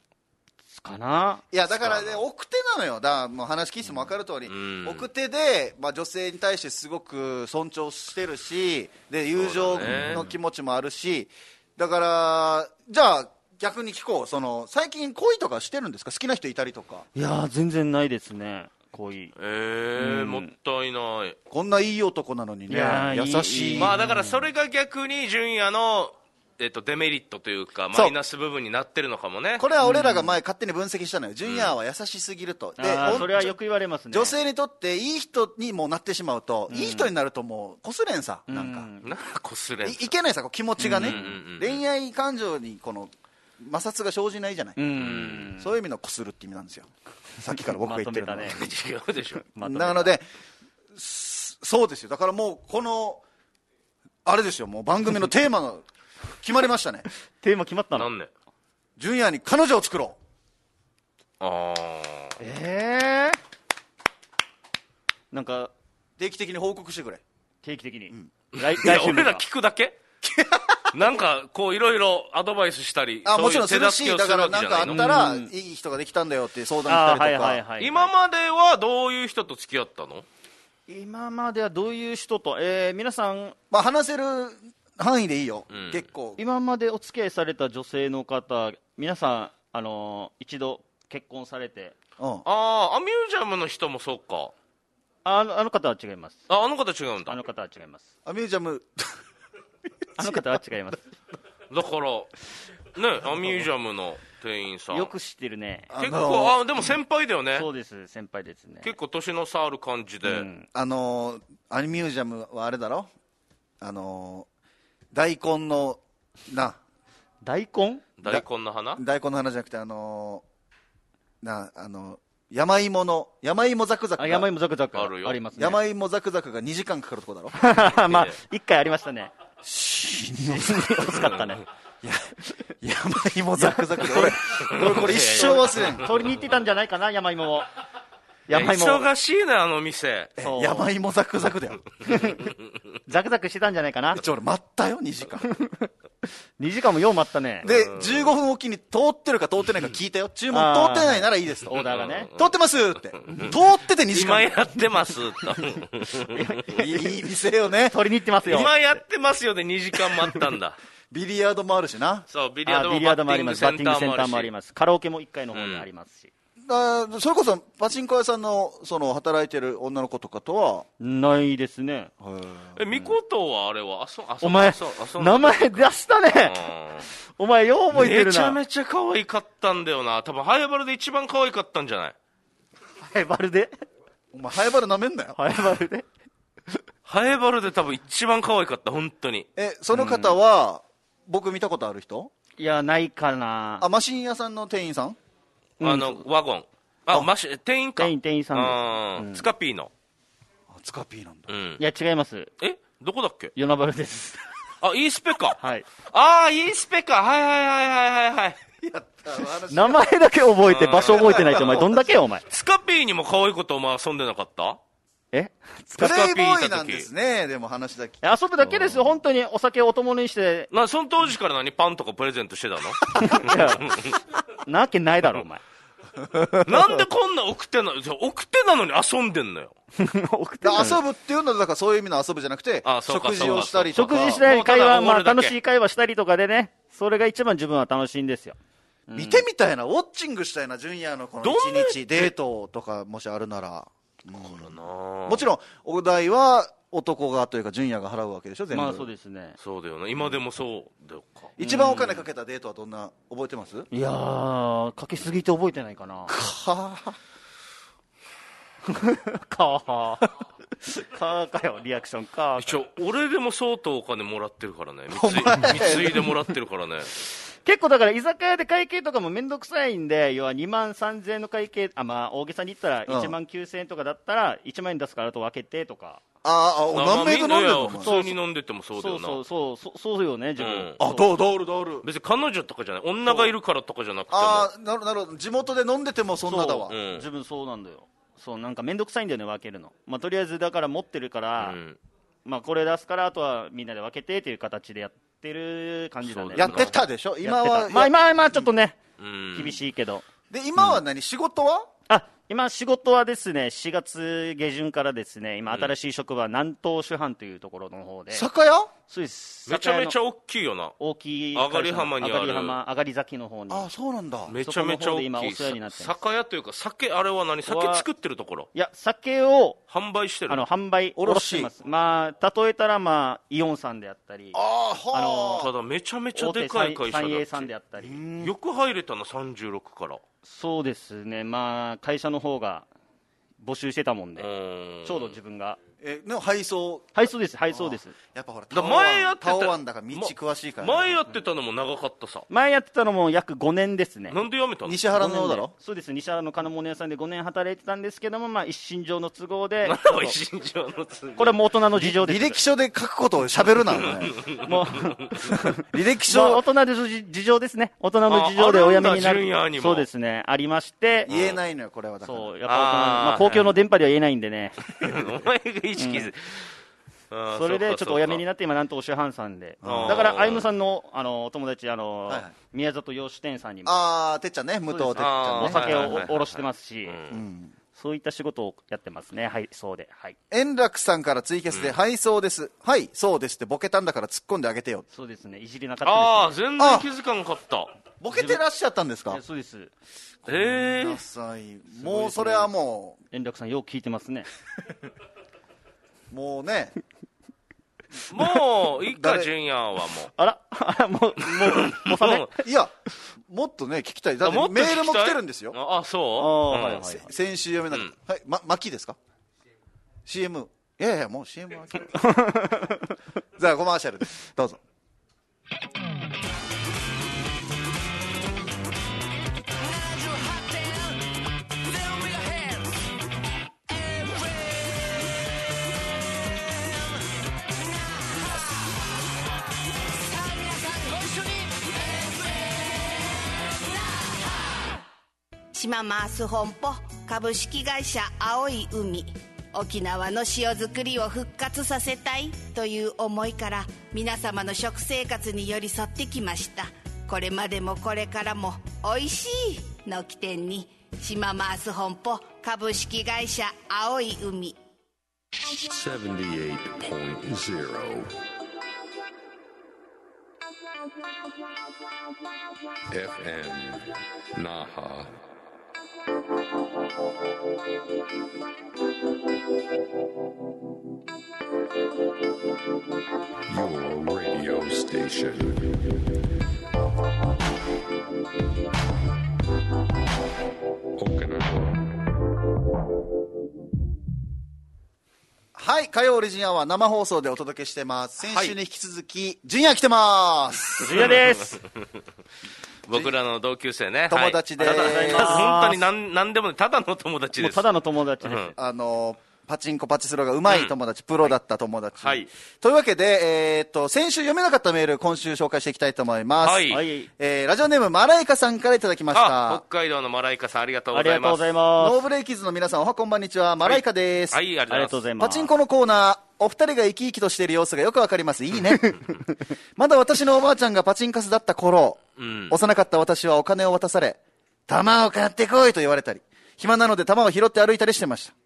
かない
やだからね奥手なのよだからもう話聞いても分かる通り、
ん
奥手で、まあ、女性に対してすごく尊重してるしで友情の気持ちもあるしだ,、からじゃあ逆に聞こうその最近恋とかしてるんですか好きな人いたりとか
いやー、全然ないですね。恋。
えー、もったいない。
こんないい男なのにね
いやーいい
優しい
まあ、だから、それが逆に純也の、えっと、デメリットというか、
そう
マイナス部分になってるのかもね。
これは俺らが前勝手に分析したのよ、ジュニアは優しすぎると、で
あ
ほ
ー
ん
それはよく言われますね。
女性にとっていい人にもうなってしまうと、いい人になるともうこすれんさ、なんか、
なんかこすれん
いいけないさこう気持ちがね、
んうんうん
恋愛感情にこの摩擦が生じないじゃない、
うん
そういう意味のこするって意味なんです よさっきから僕が言ってるのは
まと めたね
違うでしょ
まとめた
なので、すそうですよ、だからもう、この、あれですよ、もう番組のテーマが決まりました ね、
テーマ決まったの
何年
純也に彼女を作ろ
あ
ええなんか
う、定期的に報告してくれ、
定期的に、
あ
来来週
俺
見
ら聞く だけなんかこういろいろアドバイスしたり
あ
そういう
もちろんする
手
し、
助けを
だから
わけ
な
じ
ん
ゃ
か
な
あ
いの
ったら、
うん
いい人ができたんだよって相談
あーは
し
い
た
はい
りとか、
はい
今まではどういう人と付き合ったの
今まではどういう人と、えー皆さん
まあ、話せる範囲でいいよ、
ん
結構、
今までお付き合いされた女性の方皆さんあのー一度結婚されて
うん、
ああアミュージアムの人もそうか
ああのあの方は違います
ああの方違うんだ
あの方は違います
アミュージアム、
あの方は違 います
だからねアミュージアムの店員さん
よく知ってるね
あ
結
の
構あでも先輩だよね
そうです先輩ですね
結構年の差ある感じで、
うん
あのアミュージアムはあれだろ、あの大根の、な、
大根
大根の花
大根の花じゃなくてあのーなあの山芋の山芋ザクザク
あ
が
山芋ザクザク
あるよ
ありますね
山芋ザクザクが2時間かかるとこ だろ
まあ一回ありまし たね惜しかったね
山芋ザクザクで 俺俺これ一生忘れん
取りに行ってたんじゃないかな山芋を山芋を
忙しいねあの店
そう
山芋ザクザクだ よ
ザクザクしてたんじゃないかな
ちょ俺待ったよ2時 間
2時間もよう待ったね
で15分おきに通ってるか通ってないか聞いたよ注文通ってないならいいですと
オーダーがね
通ってますって通ってて2時
今
間
やってます と
いい 店よね
取りに行ってますよ
今やってますよで2時間待ったん だ
ビリヤードもあるしな
そうビリヤー
あ
ド
ビ
も
リ
バ
ヤード
ッ
もあ
ティ
り
ン
ま
グ
す
セ
バ
ンタ
ッティングセンター
ー
も
もあ
あ
る
り
し
ますカラオケも1階の方にありますし、
あーそれこそパチンコ屋さんのその働いてる女の子とかとは
ないですね
えみことはあれはあそあそ
お前
あそあそ
名前出したねお前よう覚えて
め
る
ちゃ
な
めちゃ可愛かったんだよな多分ハイバルで一番可愛かったんじゃない
ハエバルで
お前、ハエバル舐めんなよ。
ハエバルで
ハイバルで多分一番可愛かった本当に
え、その方は、僕見たことある人
いやないかな
あ、マシン屋さんの店員さん
あのワゴンあマシ店員か
店員店員さんです
あースカピーの
あ、つかピーなんだ。
うん
いや違います
えどこだっけ
ヨナバルです
あイースペか
はい
ああイースペかはいはいはいはいはいはい
名前だけ覚えて場所覚えてないってお前どんだけよお前
スカピーにも可愛いことお前遊んでなかった
え
プレイボ
スカピー
ー
い
イ
た
な
時
んですね、でも話だけ。
遊ぶだけですよ本当にお酒をお供にして
なその当時から何パンとかプレゼントしてた の
いやなわけないだろお前
なんでこんな奥手なの奥手なのに遊んでんのよ
送って
だ
んのに
遊ぶっていうのは、だからそういう意味の遊ぶじゃなくて
あ、そうか
食事をしたりと
食
か。
事したり会話、まあ、
もうただおごるだけ
楽しい会話したりとかでねそれが一番自分は楽しいんですよ
見てみたいな、ウォッチングしたいな、ジュニアのこの
どん
一
な
日デートとか、もしあるなら。
な
もちろん、お代は男がというか、ジュニアが払うわけでしょ、全部。
まあそうですね
そうだよね今でもそうだよか
一番お金かけたデートはどんな、覚えてます
いやーかけすぎて覚えてないかな
はぁ。
かー かーかよリアクションかー
一応俺でも相当お金もらってるからね 貢い貢いでもらってるからね
結構だから居酒屋で会計とかもめんどくさいんで要は2万3000円の会計あまあ大げさに言ったら
うん
1万9000円とかだったら1万円出すからあと分けてとか
あーあ、
まあ
何名で飲んでるの お
み
前
な普通に飲んでてもそうだ
そ
よ
うそう
な
そうそうそうよね自
うん
分
あ、
そう
どう、どうる、どうる。
別に彼女とかじゃない女がいるからとかじゃなくても
ああ、なるほどなるほど。地元で飲んでてもそんなだわ。
そう
うん
自分そうなんだよそうなんかめんどくさいんだよね分けるのまあとりあえずだから持ってるから、
うん
まあ、これ出すからあとはみんなで分けてっていう形でやってる感じだね
そうだ
や
ね
ってたでしょ今
やって
は、
たまあ今はまあちょっとね、
うん
厳しいけど
で今は何、仕事は
あ今仕事はですね4月下旬からですね今新しい職場、南東主犯というところの方で
酒屋
そうです
めちゃめち
酒屋
ゃ
の
大きいよな
大きい
上がり浜にある
上がり浜上がり崎の方に
ああ、そうなんだ。
めちゃめちゃ大きい
そこの方で今お世話になってます
さ酒屋というか酒あれは何酒作ってるところ
いや酒を
販売してる
あの販売
卸
卸してますまあ例えたらまあイオンさんであったり
ああ、はあ。
ただめちゃめちゃ
大
で
手
かい
三
会社
三栄
だ
さんであったり
よく入れたな36から
そうですね、まあ、会社の方が募集してたもんで、
うん
ちょうど自分が
えの配送
配送です配送です
やっぱほらタ
だから
オ
前や
ワ
っ
ン
てた
タオワンだから道詳しいからね、
前やってたのも長かったさ
前やってたのも約5年ですね
なんでやめたの
西原のだろ
そうです西原の金物屋さんで5年働いてたんですけども、まあ、一身上の都合で
なんだおい新庄のつ
これはもう大人の事情です
履歴書で書くことを喋るなお前
もう
履歴
まあ
書
大人の事事情ですね大人の事情でおやめに
ああ
な
るんだジュニアに
る
も
そうですねありまして
言えないのよこれはだから
そうやっぱ大人の
あー
まあ、公共の電波では言えないんでね
お前が意識する、あー
それでちょっとおやめに
な
なって今なんとお師範さんで
あー
だから歩夢さんのあのお友達あの、
はいはい
宮里洋酒店さんにも
ああてっちゃんね武藤てっちゃんね
あ
お
ー
酒
はいはいはい
を
はい
おおろしてますし、
うん
そういった仕事をやってますね、はい、そうで、はい、
円楽さんからツイキャスで「はいそうです」「はいそうです」ってボケたんだから突っ込んであげてよ
そうですね、いじりなか
ああ
ったです、ね。
全然気づかなかった
ボケてらっしゃったんです
い
か
やそうです
ええ
なさいもうそれはも
円楽さん、よく聞いてますね、
うもうね
もういいか
誰
ジュニアはも
あら、あら もう、もう、もうさめ、
いやもっとね聞きたいだ
う
ってメールも来てるんですよ
ああそう
あー
うん
はいはい
せ先週読めなかった、はいま、巻きですか CM いやいやもう CM は じゃあコマーシャルですどうぞ
島マース本舗株式会社青い海沖縄の塩作りを復活させたいという思いから皆様の食生活に寄り添ってきましたこれまでもこれからも「おいしい」の起点に島マース本舗株式会社青い海
78.0 FM Naha.
はい火曜オリジンアワー生放送でお届けしてます先週に引き続き、ジュニア来てます
ジュニアです、
僕らの同級生ね
友達です
はいただ
あり
がとうございます
本当になんなんでもないただの友達
もう
です
ただの友達で
う
す、
ん
あのパチンコパチスロがうまい友達、プロだった友達、
はい
というわけで、えーっと先週読めなかったメール今週紹介していきたいと思います、
はい
はい、
えーラジオネームマライカさんからいただきました
あ北海道のマライカさんありがとう
あ
ご
り
ざい
がと
ま
うご
す
ざい
は
ま
ノ
す
ー、ブレイキズの皆さん、おはこんばんにちは。マライカです。
いあり
あり
が
が
と
と
うご
うご
ざ
ざ
い
い
ま
ます。
パチンコのコーナー、お二人が生き生きとしている様子がよくわかります。いいね。まだ私のおばあちゃんがパチンカスだった頃、
ん
幼かった私はお金を渡され、玉を買ってこいと言われたり、暇なので玉を拾って歩いたりしてました。
す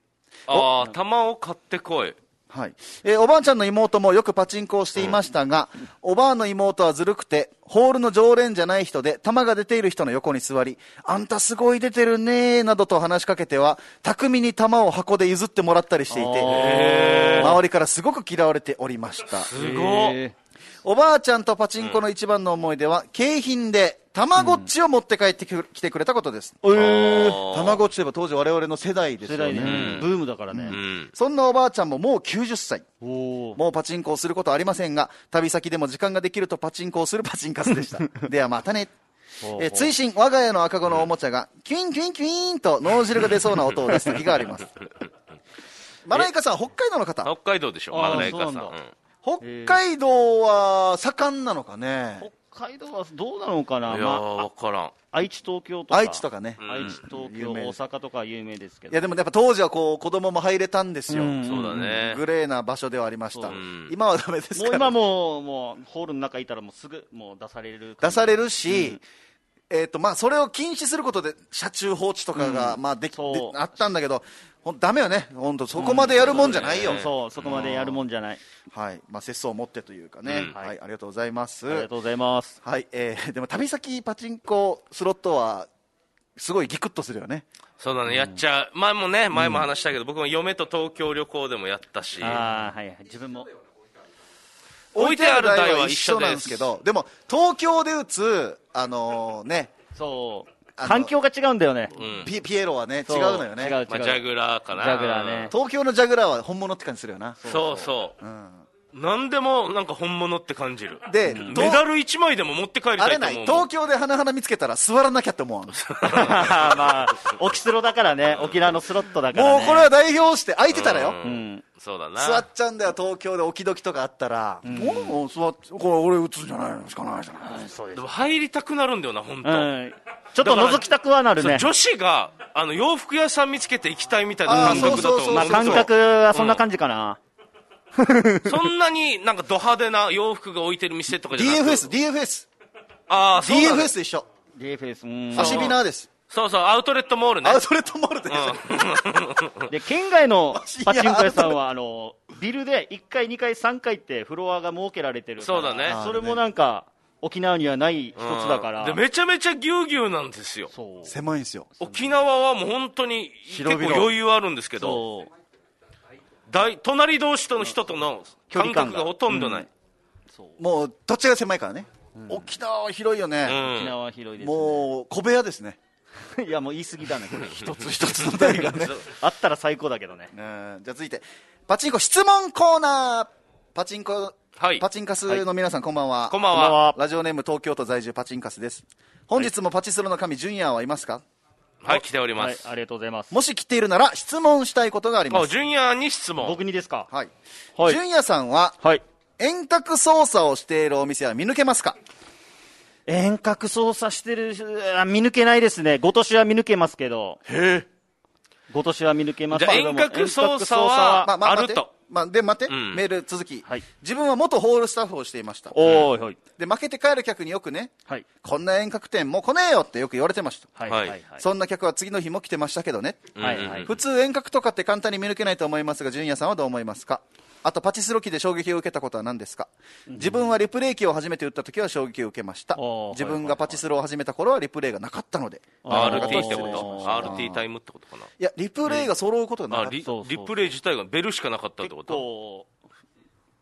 ああ玉を買ってこい
はい。えーおばあちゃんの妹もよくパチンコをしていましたが、おばあの妹はずるくて、ホールの常連じゃない人で、玉が出ている人の横に座り、あんたすごい出てるねー、などと話しかけては、巧みに玉を箱で譲ってもらったりしていて、周りからすごく嫌われておりました。
すごっ
え
おばあちゃんとパチンコの一番の思い出は、景品で、たまごっちを持って帰ってき来てくれたことです。
ーえー
たまごっちといえば当時我々の世代です
世
よ
代
ね。
ね、ブームだからね、
うん
そんなおばあちゃんももう90歳。
おお、
もうパチンコをすることはありませんが、旅先でも時間ができるとパチンコをするパチンカスで した。ではまたね。えー追伸、我が家の赤子のおもちゃが、キュインキュインキュイーンと脳汁が出そうな音を出す時があり ます。マライカさん、北海道の方。
北海道でしょ
あー
マライカさん
そうなん
う
だ
ん
北海道は盛んなのかね。
北海道はどうなのかな、
いや
まあ、
ー分からん
愛知、東京とか、
愛知とかね。
愛知、東
有
京、
名
大
です
阪とか有名ですけ
い
ど、
やでもやっぱ当時はこう子供も入れたんですよ、
うん
そうだね
グレーな場所ではありました、
うん
今はダメです
もう
から
今もう、もうホールの中いたら、もうすぐ もう出される、
出されるし、えーとまあ、それを禁止することで車中放置とかが、
うん
まあ、でき
そう
であったんだけどほんダメよね本当そこまでやるもんじゃないよ、
うんそう、そこまでやるもんじゃない、
はいまあ、節操を持ってというかね、
うん
はい
はい
ありがとうございます
ありがとうございます。
はいえー でも旅先パチンコスロットはすごいギクッとするよね
そうだね、やっちゃう。前もね、前も話したけど、僕も嫁と東京旅行でもやったし。
ああ、はいはい、自分も。
置いてある台は一緒です
なんですけどでも東京で打つ、あのーね、
そう。
あの
環境が違うんだよね。
うん
ピピエロはね違
そうう
のよね
違う違う。
まあ、ジャグラーかな
ジャグラーね
東京のジャグラーは本物って感じするよな
そうそう
うん
何でもなんか本物って感じる
で、と
メダル1枚でも持って帰り
あ
た
れ
いと
ない
思うもん
東京で花々見つけたら座らなきゃって思わんも う
まあ、オキスロだからね、沖縄のスロットだから、ね。
これは代表して空いてたらよ、
う
うんん。
そうだな
座っちゃうんだよ東京で置き時とかあったら、もう座っこれ俺打つんじゃないのしかないじゃない
そうで。
ですも入りたくなるんだよな本当、
うん。ちょっと覗きたくはなる
そう
ね。
女子があの洋服屋さん見つけて行きたいみたいな感覚だと
あーそうそうそう
思う
まあ、感覚はそんな感じかな。
そんなになんかド派手な洋服が置いてる店とかじゃなく
DFS DFS
ああそうだね
DFS と一緒
DFS、うん。
アシビナーです
そうそうアウトレットモールね
アウトレットモールです、
で、県外の
シビナ
パ
ー
チンコ屋さんは、あの、ビルで1階、2階、3階ってフロアが設けられてるか
そ
ら。
うだね
それもなんか、沖縄にはない一つだから。
でめちゃめちゃぎゅうぎゅうなんですよ
そう。
狭いんですよ
沖縄はもう本当に結構
広々
余裕あるんですけど
そう。
大隣同士との人との
距
感
離感
覚
が
がほとんどない、
もう土地が狭いからね、沖縄は広いよ
う
ね、
ん
沖縄は広いです、ね。
もう小部屋ですね
う。 いや、もう言い過ぎだね。
一つ一つの台が ね
あったら最高だけどね。
うんじゃあ続いてパチンコ質問コーナーパチンコ、
はい
パチンカスの皆さん、こんばんは
こんばん
こんばん
は
は
ラジオネーム東京都在住パチンカスです本日もパチスロの神ジュニアはいますか
はい来ておりま
はい
す、、
ありがとうございます。
もし来ているなら質問したいことがありま
あ
す
ジュニアに質問
僕にですか。
はい、
はい
ジュニアさんは
はい。
遠隔操作をしているお店は見抜けますか
遠隔操作してる、あ見抜けないですね。今年は見抜けますけど。へえ。今年は見抜けます
じ
け
ゃあ
ども。
遠隔操
遠隔
作は
まあまあ
あ
待っ
る
て
と
まあ、で待って、
うん
メール続き、
はい
自分は元ホールスタッフをしていました
おーい、はい。
で負けて帰る客によくね
はい。
こんな遠隔店もう来ねえよってよく言われてました、
はい。
は
はいい。はい。
そんな客は次の日も来てましたけどね、
はい。はい
普通遠隔とかって簡単に見抜けないと思いますがジュニアさんはどう思いますかあとパチスロ機で衝撃を受けたことは何ですか自分はリプレイ機を初めて打った時は衝撃を受けました
おー
自分がパチスロを始めた頃はリプレイがなかったので
あー
RT ってこ
失礼しま
と
した
RT タイムってことかない
やリプレイが揃うことがな
あ
かった
リ
そうそう
リプレイ自体がベルしかなかったって
結
こと
構、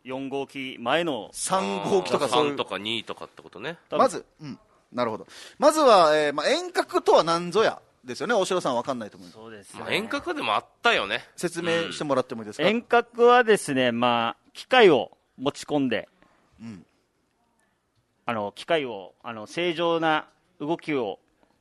4号機前の、
3号機とかそうい
3
う
とか2とかってことね
多分
まず、うん、なるほどまずは、えーまあ、遠隔とは何ぞやですよね大城さんわかんないと思います
そうです、ね
まあ、遠隔でもあったよね
説明してもらってもいいですか、
遠隔はですね、まあ、機械を持ち込んで、あの機械をあの正常な動きを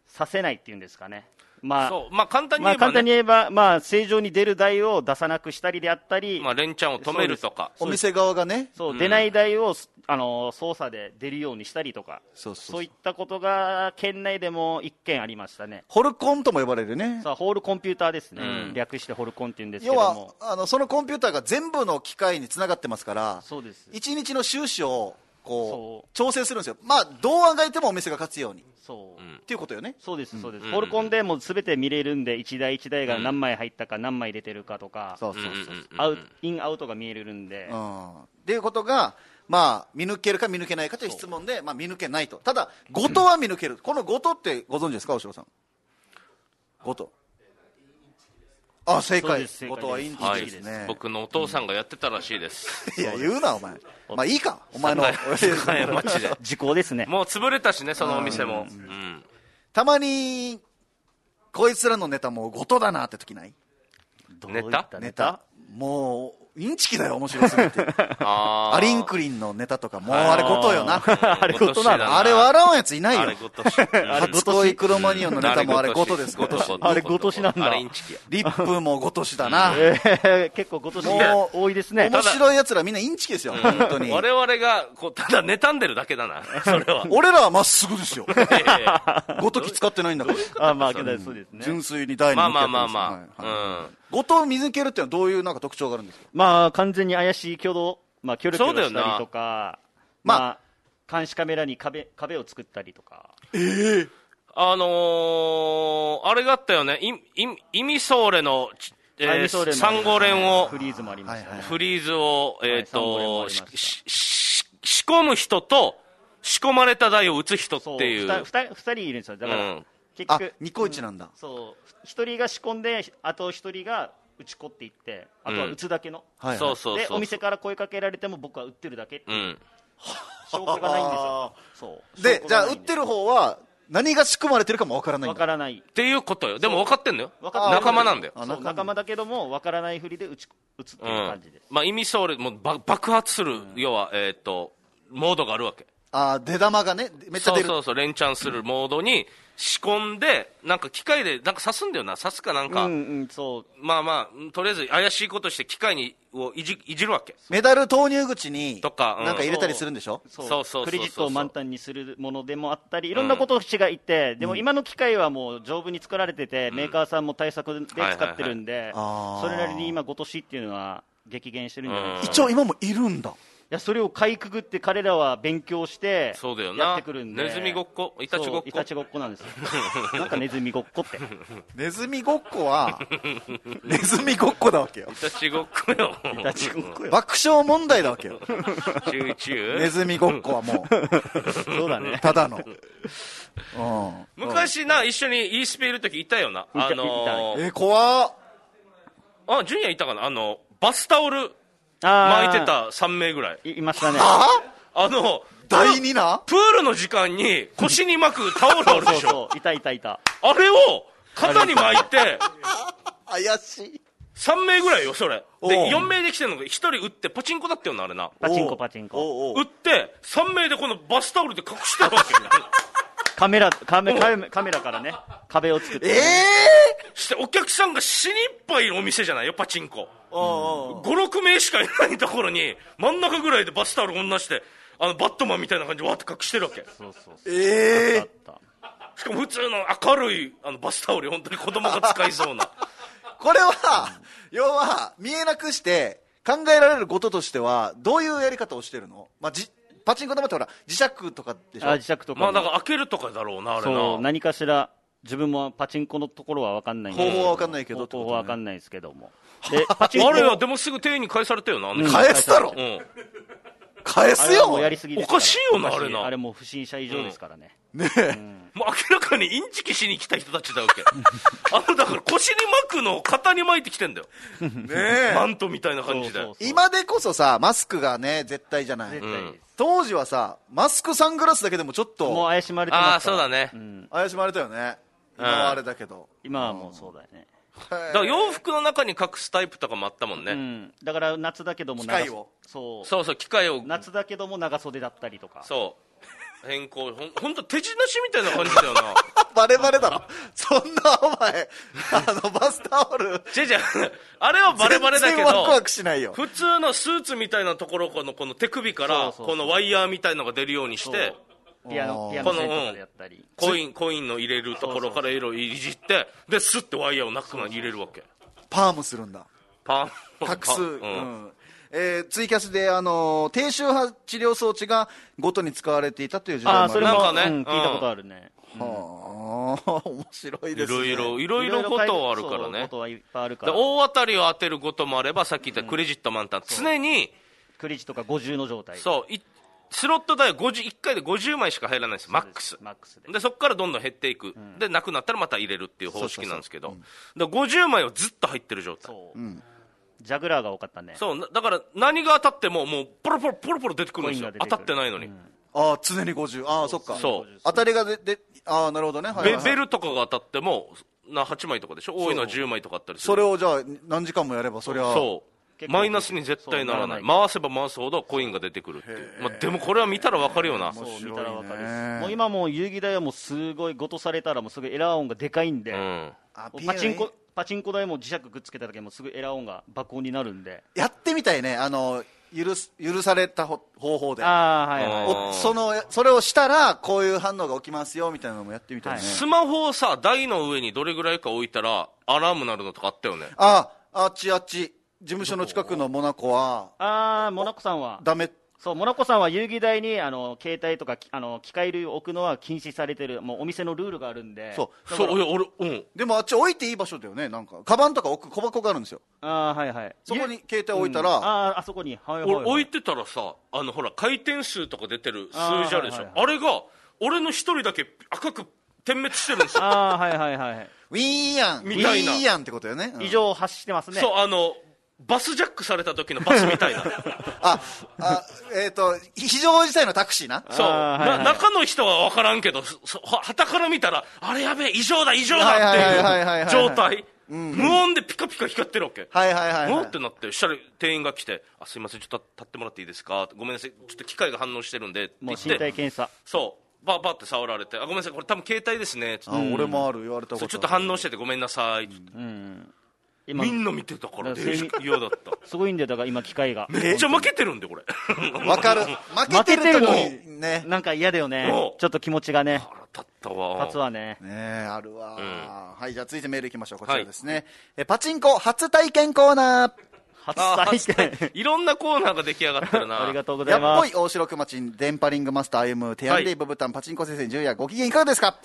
させないっていうんですかね、まあ
そうまあ簡単に言
まあ、
えば、
簡単に
ね
言えば、まあ、正常に出る台を出さなくしたりであったり、
まあ、レンチャンを止めるとか
お店側がね
そう
うん
出ない台を、すあの操作で出るようにしたりとか、
そうそうそう
いったことが県内でも1件ありましたね。
ホルコンとも呼ばれるね
さあホールコンピューターですね、
うん
略してホルコンって言うんですけ
要
ど
は
も、
あのそのコンピューターが全部の機械につながってますから
そうです、
一日の収支をこ
そう
う調整するんですよまあどうあがいてもお店が勝つようにっ
そう、
ていうことよね
そうです、そうです、
うん
ホールコンでもすべて見れるんで、1台1台が何枚入ったか、何枚入れてるかとか、
そうそう
うん
そう
うんうん
そう
アウトイン、アウトが見えるんで、
うんっていうことがまあ見抜けるか見抜けないかという質問で、まあ、見抜けないとただ後藤は見抜けるこの後藤ってご存知ですか大城さん後藤あ正
そう
解
です正
後
解
藤
です
はインテ
は
ィで
い
すね、
僕のお父さんがやってたらしいです、
いや言うなお前まあいいかお前の
はいマジで
時効ですね、
もう潰れたしねそのお店も、うん
たまにこいつらのネタもう後藤だなって時ない
ど
ネタ
ネタもうインチキだよ面白すぎて
あー
アリンクリンのネタとかもうあれことよな
あれことなの
あれ笑わんやついない
あ
よ
れごとしあ
初恋クロマニオンのネタもあれごとです
ご
ご
と
と
し
し
あれごとしなんだ
あれインチキや
リップもごとしだ な
えー結構今年
もう
多いですね。
面白いやつらみんなインチキですよ本当に
我々がこうただ妬んでるだけだなそれは
俺らはまっすぐですよ
え え
ごとき使ってないんだ から
あまあ、そうですね。
純粋に第二
まあまあまあまあ、
ごと見抜けるっていうのはどういうなんか特徴があるんですか
まあ、完全に怪しい挙動、まあ、キョロキョロ
そう
し
だ
た
よな
りとか、
ま
ま
あ
あ、監視カメラに壁壁を作ったりとか、
うん、あのー、あれがあったよね、イイイミソーレの、ちえ
アイミソーレ
ー、
も
3号連を
フ、リーズもありました
はい
ね
は。
フリーズを、えっ、
三号連もあり
と、
まし
したしし仕込む人と、仕込まれた台を打つ人っ
そう
ていう。
2人いるんですよ、だか
うん
ら、結
あ
局、
ニコイチなんだ
そう1人が仕込んで、あと1人が打ちこっていって、あとは打つだけの、
はいはい
そうそう
で
そう。
お店から声かけられても、僕は打ってるだけって
う。
いうん証拠がないんですよ、そう
でじゃあ売って
る
る方は何が仕組まれてるかもわからないん
わ
だ
からない
ていうことよでも分かってんのよ
分かってる
仲間なんだよ
あ
そ
仲
う
間
仲間だけども分からないふりで打ち打つっていう感じです、
まあ、意味ソウルもうば爆発する、要は、えーっとモードがあるわけ
あー出玉がねめっちゃ
そう
出る
そうそう連チャンするモードに仕込んでなんか機械でなんか刺すんだよな刺すかなんか、
うんうんそう
まあまあうんとりあえず怪しいことして機械にをいじいじる わけ
メダル投入口に
とかうん
なんか入れたりするんでしょ
そう
そうそうそうそう
クレジットを満タンにするものでもあったりいろんなことを違いって、でも今の機械はもう丈夫に作られてて、メーカーさんも対策で使ってるんで、
はいはいはい
それなりに今、今年っていうのは激減してるんじゃないですか、
一
い
応今もいるんだ
やそれをかいくぐって彼らは勉強して
そうだよな
やってくるんで
ネズミごっこイタチごっこ
そうイタチごっこなん ですよなんかネズミごっこって
ネズミごっこはネズミごっこだわけよ
イタチごっこよ
イタチごっこよ
爆笑問題だわけよ
チューチュ
ネ
ー
ズミごっこはもう
そうだね
ただの、うん、
昔な一緒に e スペいる時いたよなあ
た
のー
えー、怖っ
あジュニアいたかなあのバスタオル
あー
巻いてた3名ぐらい
いいましたね
あ
あの
第二な
プールの時間に腰に巻くタオルある
そ
で
う
しょ
そういたいたいた
あれを肩に巻い て
怪しい
3名ぐらいよそれ
おう
で4名で来てるのが1人打ってパチンコだったよなあれな
パチンコパチンコ
おうおう
打って3名でこのバスタオルで隠してるわけ
カメラカメカメカメラからね壁を作って、
え
してお客さんが死にいっぱいいるお店じゃないよパチンコ
ー、おうおう
56名しかいないところに真ん中ぐらいでバスタオル女してあのバットマンみたいな感じでわーって隠してるわけ
そうそうそう
え
あ
ー
っ、た
しかも普通の明るいあのバスタオル本当に子供が使いそう な
これは要は見えなくして考えられることとしてはどういうやり方をしてるの、まあ、じパチンコ玉ってほら磁石とかでしょ
あ磁石とかも
まあだから開けるとかだろうなあれ
そう
な
何かしら自分もパチンコのところは分かんないんで
方法は分かんないけどってこと
方
ね
法は分かんないですけ どもでパチンコ
あれはでもすぐ店員に返されたよなあの
うん
返すだろ
うん
返
あ
す
れは
よ
もうやりすぎです
おかしいよな
おかし
あれな
あれもう不審者以上ですからね、
ねえ、
もう明らかにインチキしに来た人たちだ わけあのだから腰に巻くのを肩に巻いてきてんだよ
ねえ
マントみたいな感じで
そうそう
今でこそさマスクがね絶対じゃない
絶対です
当時はさマスクサングラスだけでもちょっ
もう
と
怪しまれて
ああ
ますか
そう
ら
だね、
ん
怪しまれたよね
うん
今はあれだけど、
今はもうそうだよね、
だから洋服の中に隠すタイプとかもあったもんね、
うん、だから夏だけども
機械を
そう
そうそう機械を
夏だけども長袖だったりとか
そう変更ほんほんと手品師みたいな感じだよ な
バレバレだろそんなお前あのバスタオル
じゃじゃあれはバレバレだけ
全然ワクワ
ど
クしないよ
普通のスーツみたいなところこのこの手首から
そうそうそう
このワイヤーみたいのが出るようにして
そうピアノ
あー
ピアノ線とかでやったり
コインコインの入れるところから色々いじってでスッてワイヤーを中に入れるわけ
パームするんだ
パン
隠す、う
パンうん
んえーツイキャスで、あのー低周波治療装置がごとに使われていたという時代も
あ
あ
あ
る
それも、
なんかね
うん聞いたことあるね、
はあ面白いで
い
すね
ろいろ、いろいろことはあるから
そう
ね
こ。とはいっぱいあるか
で
ら
大当たりを当てることもあれば、さっき言ったクレジット満タン、常に、
クレジとか50の状態
そう、いスロット代は50、1回で50枚しか入らないんです、マックス。
マックスで
で、そこからどんどん減っていく。で、なくなったらまた入れるっていう方式なんですけど、で50枚をずっと入ってる状態。
そう、ジャグラーが多かったね
そう、なだから何が当たっても、もう、ポロポロポロポロ出てくるんですよ
コインが出。て
当
くる
たってないのに。
ああ常に50ああそっか
そう
当たりがででああなるほどね、はいはい
ベ
はい
ベルとかが当たっても、な8枚とかでしょ多いのは10枚とかあったりする。
それをじゃあ何時間もやればそりゃ
そう
結構
マイナスに絶対ならない
そうな
回せば回すほどコインが出てくるっていう、まあ、でもこれは見たらわかるよな
そう見たらわ
面白
かる
いね
もう今もう遊戯台はもうすごいごとされたらもうすぐエラー音がでかいんで、
うん
あ
パチン
PA
コパチンコ台も磁石くっつけただけでもうすぐエラー音が爆音になるんで
やってみたいねあの許す許されたほ方法で
ああはいはい
あー
おそのそれをしたらこういう反応が起きますよみたいなのもやってみたいね、
はい
スマホをさ台の上にどれぐらいか置いたらアラーム鳴るのとかあったよね
ああっちあっち事務所の近くのモナコは
ああモナコさんは
ダメ
そうモナコさんは遊戯台にあの携帯とかきあの機械類を置くのは禁止されてるもうお店のルールがあるんで
そう
だか
そ
ら
ういや俺うん
でもあっち置いていい場所だよねなんかカバンとか置く小箱があるんですよ
ああはいはい
そこ
ゆ
に携帯置いた
うん
ら、
あああそこに、はいはい
俺
はい、
置いてたらさあのほら回転数とか出てる数字あるでしょあ,、
あーはいはいは
れが俺の一人だけ赤く点滅してるんですよ
ああはいはいはい
ウィーンやんウ
み
ィ
たいな
ーンやんってことよね、うん
以上発してますね
そうあのバスジャックされた時のバスみ たいな
あ、あ、えっ、と、非常事態のタクシーな。
そう、
あーはいはい
な中の人は分からんけどはたから見たらあれやべえ異常だ異常
はいはいはいはいはいはい
だっていう状態無音でピカピカ光ってるわけ
はいはいはい、
も
は
う
い
って。なって、したら店員が来て、あすいません、ちょっと立ってもらっていいですか、ごめんなさい、ちょっと機械が反応してるんでって
も
言
う
っ
身体
て、
検査。
そう、ばばって触られて、あごめんなさい、これ、多分携帯ですねつって
あ、俺もある、言われたこ
そ
と。
うちょっと反応してて、ごめんなさいつって、
今
みんな見てたから、
だから
で
睡眠
嫌 だった、
すごいんだよ、だから今、機械が。
めっちゃ負けてるんで、これ、
わ かる。負けてるとこ
負けてる
ね。ね
なんか嫌だよね
おう。
ちょっと気持ちがね、
腹立ったわ、
立つわね。
え、あるわ、
ん
はい、じゃあ続いてメールいきましょう。こちらですね。え、パチンコ初体験コーナー。
あ
初体験。
いろんなコーナーが出来上がってるな、
ありがとうござ
や
い
っぽ
ま
い
す。
大城区町、電波リングマスター歩む、手やんでいボブタン、パチンコ先生、重夜、ご機嫌いかがですか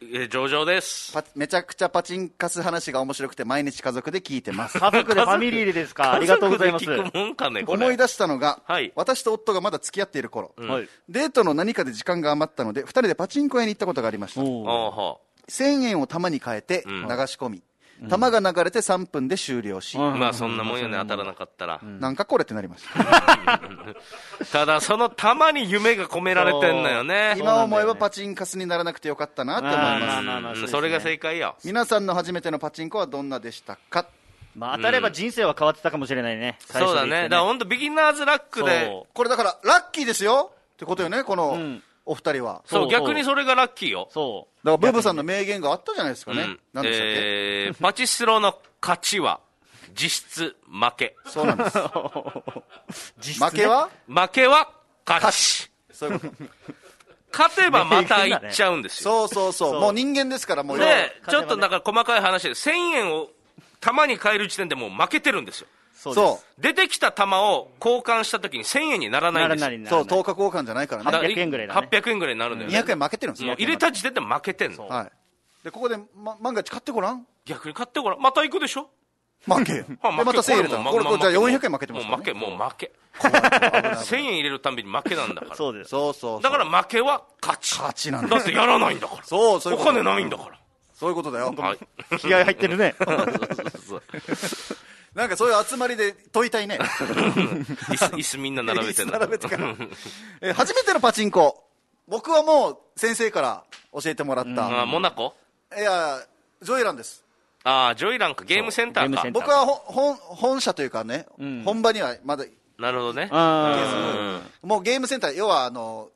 えー上々です、
パめちゃくちゃパチンカス話が面白くて、毎日家族で聞いてます。
家族でファミリーでですか。ありがとうございます。
家族で聞くもんかね、こ れ
思い出したのが、
はい
私と夫がまだ付き合っている頃、
はい。
デートの何かで時間が余ったので、2人でパチンコ屋に行ったことがありました。1000
お
あ
う
ーは
円を玉に変えて流
ん
し込み、玉が流れて3分で終了し、
うん
まあそんなもんよね、当たらなかったら。
なんかこれってなりました。
ただその玉に夢が込められてんのよね。
今思えばパチンカスにならなくてよかったなって思いま
あー
す。
まあまあ
う
そうんですね
それが正解よ。
皆さんの初めてのパチンコはどんなでしたか
まあ当たれば人生は変わってたかもしれないね。最
そ
初
うだね。
で言って
だからほんとビギナーズラックで
そ。
これだから、ラッキーですよってことよね、この
ん
お二人は。
そう
そう
逆にそれがラッキーよ。
そ
だから、ブーブーさんの名言があったじゃないですか
う
ね。
ん
なんでしたっけ、
えーパチスロの勝ちは実質負け。
そうなん です。
う。実質ね
負けは
負けは勝ち。
そういうこと
勝てばまた行っちゃうんですよ。
そうそうそうもう人間ですから、もう。
で、ちょっ
勝てば
と
ね
だから細かい話で、1000円を玉に変える時点でもう負けてるんですよ。
そう
そ
う
で
そ
す。
出てきた玉を交換した時に1000円にならないんですよ。
う、
な
そ
ら
う、
な
10
い
日交換じゃないからね。
800円ぐらいだね
800円ぐらいになるんだよね。
200円負けてるんです
もう
よ。
入れた時点で負けてんの。
はい。で、ここで、ま、万が一買ってごらん
逆に買ってごらんまた行くでしょ
負 け。で、
あ負け
また1000円入れたの。これ、これじゃあ400円負けてますか
も
ら
う負
ね
けもう負け1000円 入れるたんびに負けなんだから
そうです。
そうそう。
だから負けは勝ち
勝ちなんです
だってやらないんだから
そう、そうい
お
うこと。
金ないんだか
そういうことだよ。
らはい
気合入ってる ね。
なんかそういう集まりで問いたいね。
椅子椅子みんな並 べてんの
並べてから。え、初めてのパチンコ。僕はもう、先生から教えてもらっ
あ
た。
モナコ
いや、ジョイランです。
ああジョイランかゲームセンター
ゲーム
か
センター
僕はほ本本社というかね、本場にはまだ、
なるほどね
あ
もうゲームセンター、要はあの、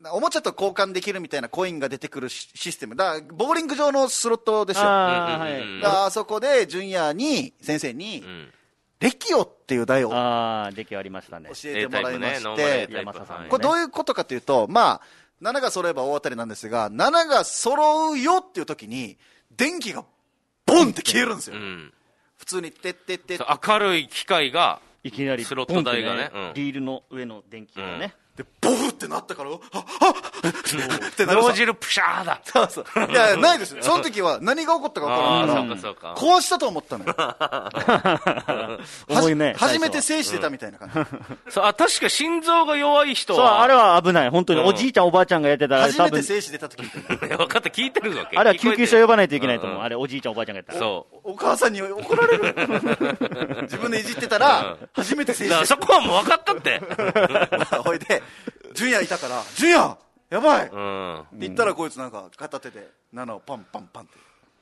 なおもちゃと交換できるみたいなコインが出てくるシシステム、だからボーリング場のスロットですよ、だか
あー、は
う
い
ん。
らあそこでジュニアに、先生に、
ん
レキオっていう台を教
ああ、出来ありましたね。
えてもらいま
A タ
し
イプねノーマル A
て、
タイプ
山佐さん
はい
これ、どういうことかというと、まあ、7が揃えば大当たりなんですが、7が揃うよっていう時に、電気がボンって消えるんですよ
う、ん
普通に、てってってって
そう明るい機械が
いきなり
スロット台がね
ポンって
うん
リールの上の電気がね。
で、ボフってなったから、あっ、あっってなる
脳
さ
汁プシャーだ
そうそう。いや、ないですよ。その時は何が起こったか分から
あ
な
あ
いから、
そうかそうか
こうしたと思ったのよ。は
重いね。
初め
最
て
初
制してたみたいな感じ。
そうあ確か心臓が弱い人
はそう、あれ
は
は危ない。本当におじいちゃん、おばあちゃんがやってたら、
初
多
めて
分、
制してた時みたいな。
分かった聞いてるわけ
あれは救急車呼ばないといけないと思う。
うんうん
あれ、おじいちゃん、おばあちゃんがやったら。
そう
お母さんに怒られる。自分でいじってたら、初めて制
だか
し
ら
て
そこはもう分かっ たって。
た。ほいで、純也いたから、純也やばいって
うん。は
言ったらこいつなんか片手で7をパンパンパンって。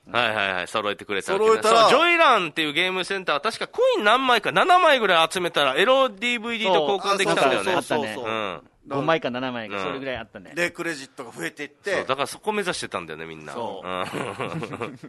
いはいはい、揃えてくれたわけ、
揃えたら
そうジョイランっていうゲームセンターは確かコイン何枚か7枚ぐらい集めたらエロ DVD と交換できたんだよね。
あ
あ
った
そうそう
ね
そううそ
ん
う。
5枚か7枚か、
うん
それぐらいあったね。
で、クレジットが増えていっ
そう
て
だ、からそこ目指してたんだよね、みんな。
そうん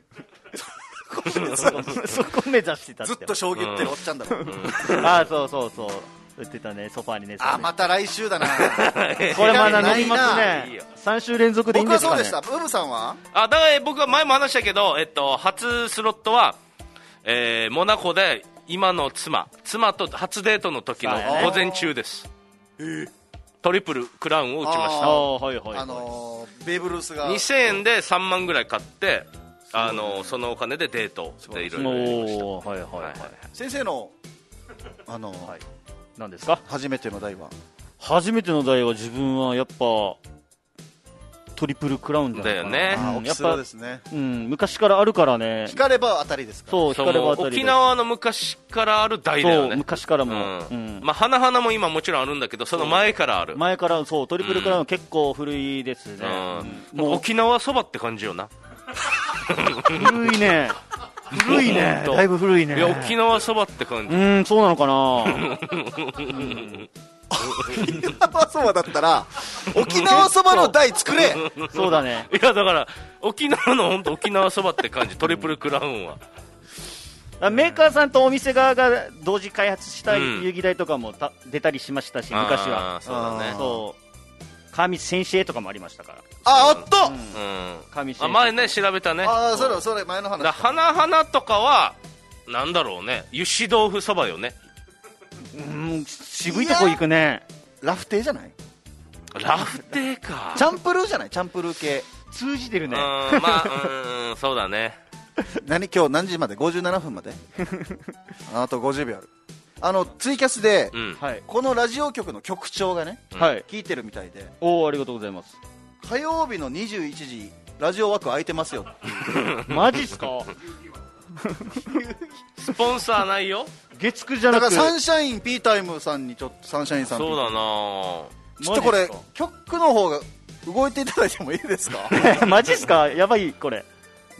そこ 目指してたっ
ず
て。
っと将棋打ってるおっちゃんだろ。
ああ、そうそうそう。売ってたね、ソファーにね。
あ、また来週だな。
これまだ
な
飲
い
みます
いい
ね
よ。
3週連続でいいん
僕
で
は
す
そ
か
う
ね
でした。ブーブさんは
あ、だから僕は前も話したけど、えっと、初スロットは、えー、モナコで今の妻、妻と初デートの時の午前中です。トリプルクラウンを打ちました
あ。
おーはいはいはい。
あのーベーブ・ルースが
2000円で3万ぐらい買ってあのそのお金でデートでいろいろやりました
おーはいはい
は
はい
はい
い。
先生のあのー
はい何ですか
初めての代は
初めての代は自分はやっぱトリプルクラウンじゃないかな
だよね
うん
沖
やっ
そう
ぱ
で、すね
うん、昔からあるからね
光れば当たりですから
そう
そ
光れば
う
当たりで
沖縄の昔からある台だ
そ
よ
う
ね
昔からも、
う
うん
んまあ花々も今もちろんあるんだけどその前からある、
前からそうトリプルクラウン結構古いです
う
ね、
ん、もう沖縄そばって感じよ な、
古いね古いねだいぶ古いね
いや沖縄そばって感じ、
うんそうなのかな
沖縄そばだったら沖縄そばの台作れ
そうだね
いやだから沖縄の本当沖縄そばって感じトリプルクラウンは
あメーカーさんとお店側が同時開発した
うん
遊戯台とかもた出たりしましたし昔は
あーそうだね
そう川光先生とかもありましたから
あおっと、
うん
川光先
あ
生
前ね調べたね
ああそれそれ前の話
だ花々とかはなんだろうね油脂豆腐そばよね
うん渋いとこ行くね
ラフテーじゃない
ラフテーか
チャンプルーじゃないチャンプルー系
通じてる
う
ね
んまあうんそうだね
何今日何時まで57分まで あと50秒あるあのツイキャスで、
うん
はい、
このラジオ局の局長がね
はい
聞いてるみたいで
おおありがとうございます
火曜日の21時ラジオ枠空いてますよ
マジっすか
スポンサーないよ
月9じゃ
だ
な
から
く
サンシャインピータイムさんにちょっとサンシャインさん
そうだな
ちょっとこれ
マジっすか
曲の方が動いていただいてもいいです か
マジっすかやばいこれ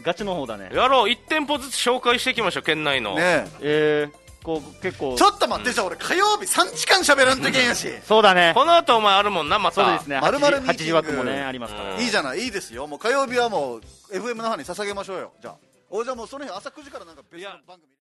ガチの方だね
やろう1店舗ずつ紹介していきましょう県内の、
ね
えー、こう結構
えちょっと待ってじゃあ俺火曜日3時間喋らんといけんやし
そうだね
この後お前あるもんなまた
そうですね
丸々ミーティング
8時枠もねありますから、
うん
いいじゃないいいですよもう火曜日はもう FM の方に捧げましょうよじゃあおじゃあもうその日朝9時からなんか別の番組